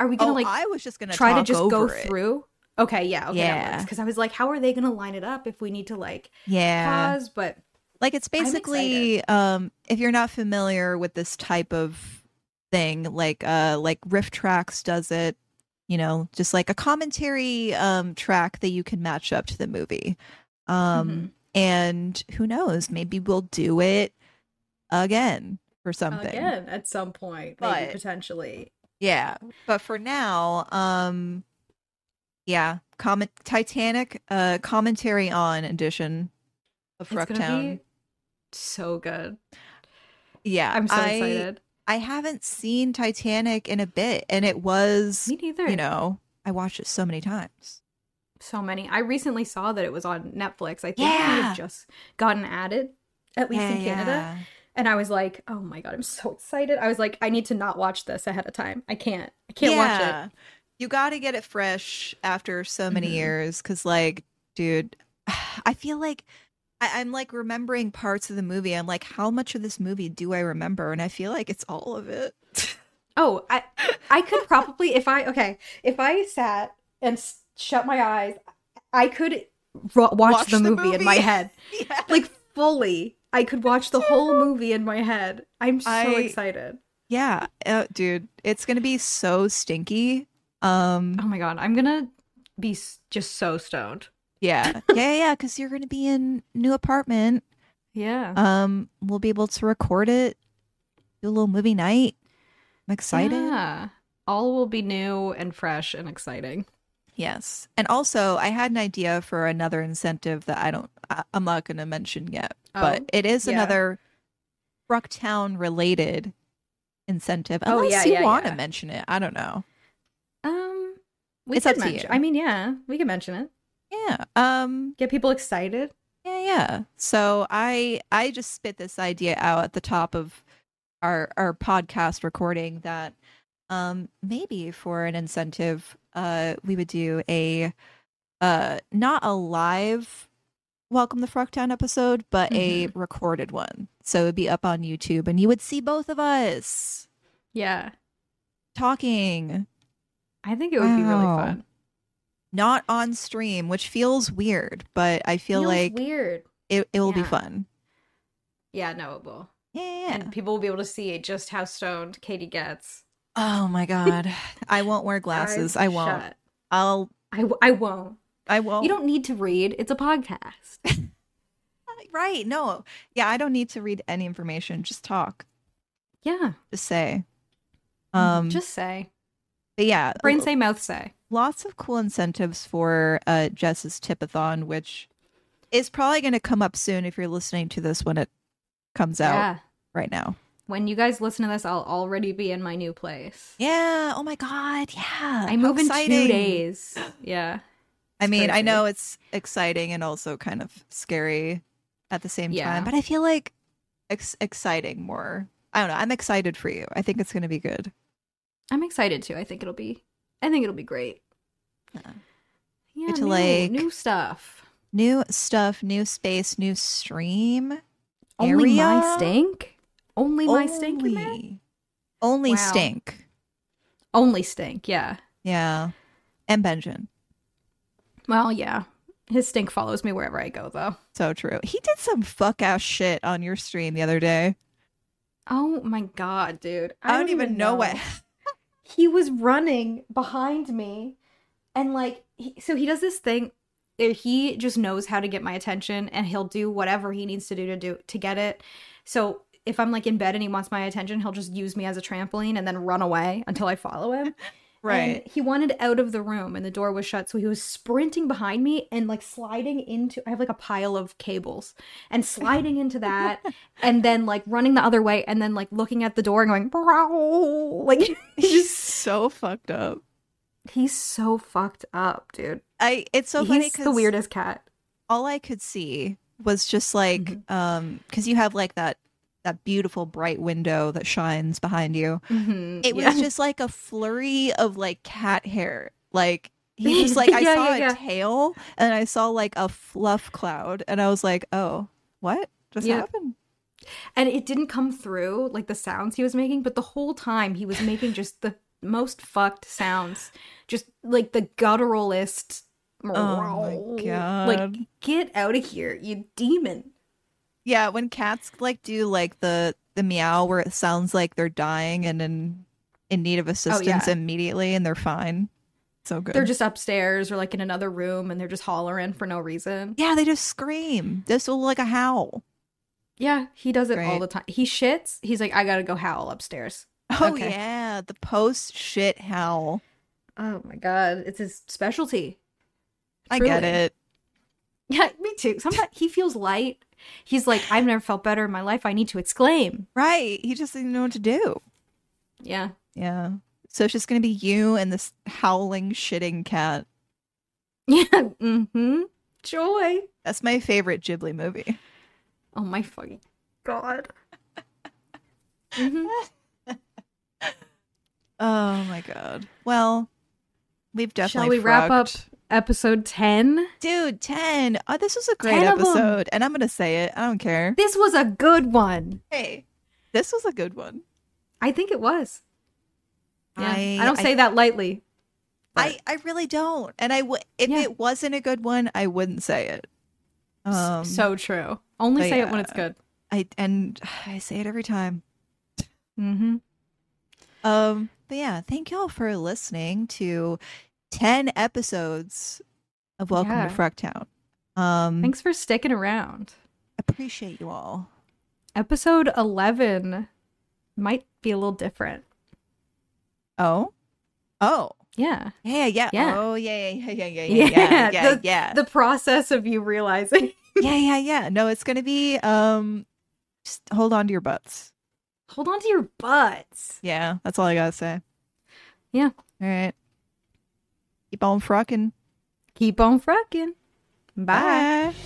are we going Oh, to like I was just gonna try to talk just go over it. through? Okay, yeah, okay, Yeah. cuz I was like how are they going to line it up if we need to like Yeah, pause but Like it's I'm basically um if you're not familiar with this type of thing, like uh like Riff Tracks does it, you know, just like a commentary um track that you can match up to the movie. Um Mhm. and who knows, maybe we'll do it again or something. again at some point But- maybe potentially. Yeah. But for now, um yeah, comment Titanic uh commentary on edition of It's gonna Frucktown. be so good. Yeah. I'm so I- excited. I haven't seen Titanic in a bit, and it was, Me neither. you know, I watched it so many times. so many. I recently saw that it was on Netflix. I think it might Yeah. have just gotten added, at least in Canada. And I was like, oh my god, I'm so excited. I was like, I need to not watch this ahead of time. I can't. I can't watch it. You got to get it fresh after so many Mhm. years, because, like, dude, I feel like I- I'm like remembering parts of the movie. I'm like, how much of this movie do I remember? And I feel like it's all of it. Oh, I I could probably if I okay if I sat and s- shut my eyes, I could ro- watch, Watch the, the movie in my movie. head yeah. like fully. I could watch the whole movie in my head. I'm so I- excited. Yeah, uh, dude, it's gonna be so stinky. Um, Oh my god, I'm gonna be s- just so stoned. yeah, yeah, yeah, yeah, because you're gonna be in new apartment. Yeah. um we'll be able to record it do a little movie night i'm excited Yeah. All will be new and fresh and exciting. yes and also i had an idea for another incentive that i don't I, i'm not going to mention yet but Oh, it is yeah. another brucktown related incentive Oh, unless yeah, you yeah, want to yeah. mention it i don't know Um we It's could up to mention- you. I mean, yeah, we can mention it. yeah um Get people excited. Yeah, yeah. So I I just spit this idea out at the top of our our podcast recording that um maybe for an incentive uh we would do a uh not a live welcome to Frucktown episode but Mm-hmm. a recorded one. So it'd be up on YouTube and you would see both of us Yeah. talking. I think it would be really Wow. fun. not on stream, which feels weird, but I feel Feels like weird. it, it will be Yeah. fun. Yeah, no, it will. Yeah. And people will be able to see just how stoned Katie gets. Oh my god. I won't wear glasses. Eyes I won't. shut. I'll I, w- I won't. I won't. You don't need to read. It's a podcast. Uh, right. No. Yeah, I don't need to read any information. Just talk. Yeah. Just say. Um just Mm, just say. but yeah. uh, Brain say, mouth say. lots of cool incentives for uh, Jess's tipathon, which is probably going to come up soon if you're listening to this when it comes out Yeah. right now. When you guys listen to this, I'll already be in my new place. Yeah. Oh my God. Yeah. I I move in two days. Yeah. I It's mean, I crazy. know it's exciting and also kind of scary at the same Yeah. time, but I feel like ex- exciting more. I don't know. I'm excited for you. I think it's going to be good. I'm excited too. I think it'll be I think it'll be great. Yeah. Yeah, Get to, new, like- new stuff. New stuff, new space, new stream. Only my area. stink? Only my stink in there? Only- Only Wow. stink. Only stink, yeah. Yeah. And Benjamin. Well, yeah. His stink follows me wherever I go though. So true. He did some fuck ass shit on your stream the other day. Oh my god, dude. I, don't, even, know what. he was running behind me and like he, so he does this thing where he just knows how to get my attention and he'll do whatever he needs to do to do to get it so if i'm like in bed and he wants my attention he'll just use me as a trampoline and then run away until i follow him Right. and he wanted out of the room and the door was shut, so he was sprinting behind me and like sliding into I have like a pile of cables and sliding into that and then like running the other way and then like looking at the door and going "Brow." like He's so fucked up. he's so fucked up, dude. I it's so funny he's cuz the weirdest cat. all I could see was just like Mm-hmm. um cuz you have like that that beautiful bright window that shines behind you. Mhm, It was yeah. just like a flurry of like cat hair. Like he was like I Yeah, saw yeah, a yeah. tail and I saw like a fluff cloud and I was like, "Oh, what just Yeah. happened?" and it didn't come through like the sounds he was making, but the whole time he was making just the most fucked sounds, just like the gutturalist. Oh my Like God. get out of here, you demon. Yeah, when cats like do like the the meow where it sounds like they're dying and in in need of assistance Oh, yeah. immediately and they're fine. So good. They're just upstairs or like in another room and they're just hollering for no reason. yeah, they just scream. This will like a howl. Yeah, he does it all Right. the time. He shits. He's like, I gotta go howl upstairs. Oh Okay. yeah, the post shit howl. Oh my god, it's his specialty. I get Truly. it. Yeah, me too. Sometimes he feels light. He's like, I've never felt better in my life. I need to exclaim. Right. He just didn't know what to do. Yeah. Yeah. So it's just gonna be you and this howling shitting cat. Yeah. Mm-hmm. Joy. That's my favorite Ghibli movie. Oh my fucking god. Mhm. Oh my god. Well, we've definitely Shall we wrap up frogged- episode 10? Dude, 10. Oh, this was a great 10 of 'em. episode. And I'm going to say it. I don't care. This was a good one. Hey, this was a good one. I think it was. Yeah. I, I- don't I- say that lightly. I, I really don't. And I w- if Yeah. it wasn't a good one, I wouldn't say it. S- Um, so true. Only but say it when it's yeah. good. I and I say it every time. Mm-hmm. Um, but yeah, thank y'all for listening to 10 episodes of Welcome Yeah. to Frucktown. Um, Thanks for sticking around. appreciate you all. Episode 11 might be a little different. Oh, oh, Yeah. yeah, yeah, Yeah. oh, yeah, yeah, yeah, yeah, yeah, yeah, yeah, yeah. the, the process of you realizing. yeah, yeah, yeah. No, it's gonna be um just hold on to your butts. Hold on to your butts. Yeah, that's all I gotta say. Yeah. All right. Keep on frocking. Keep on fracking. Bye. Bye.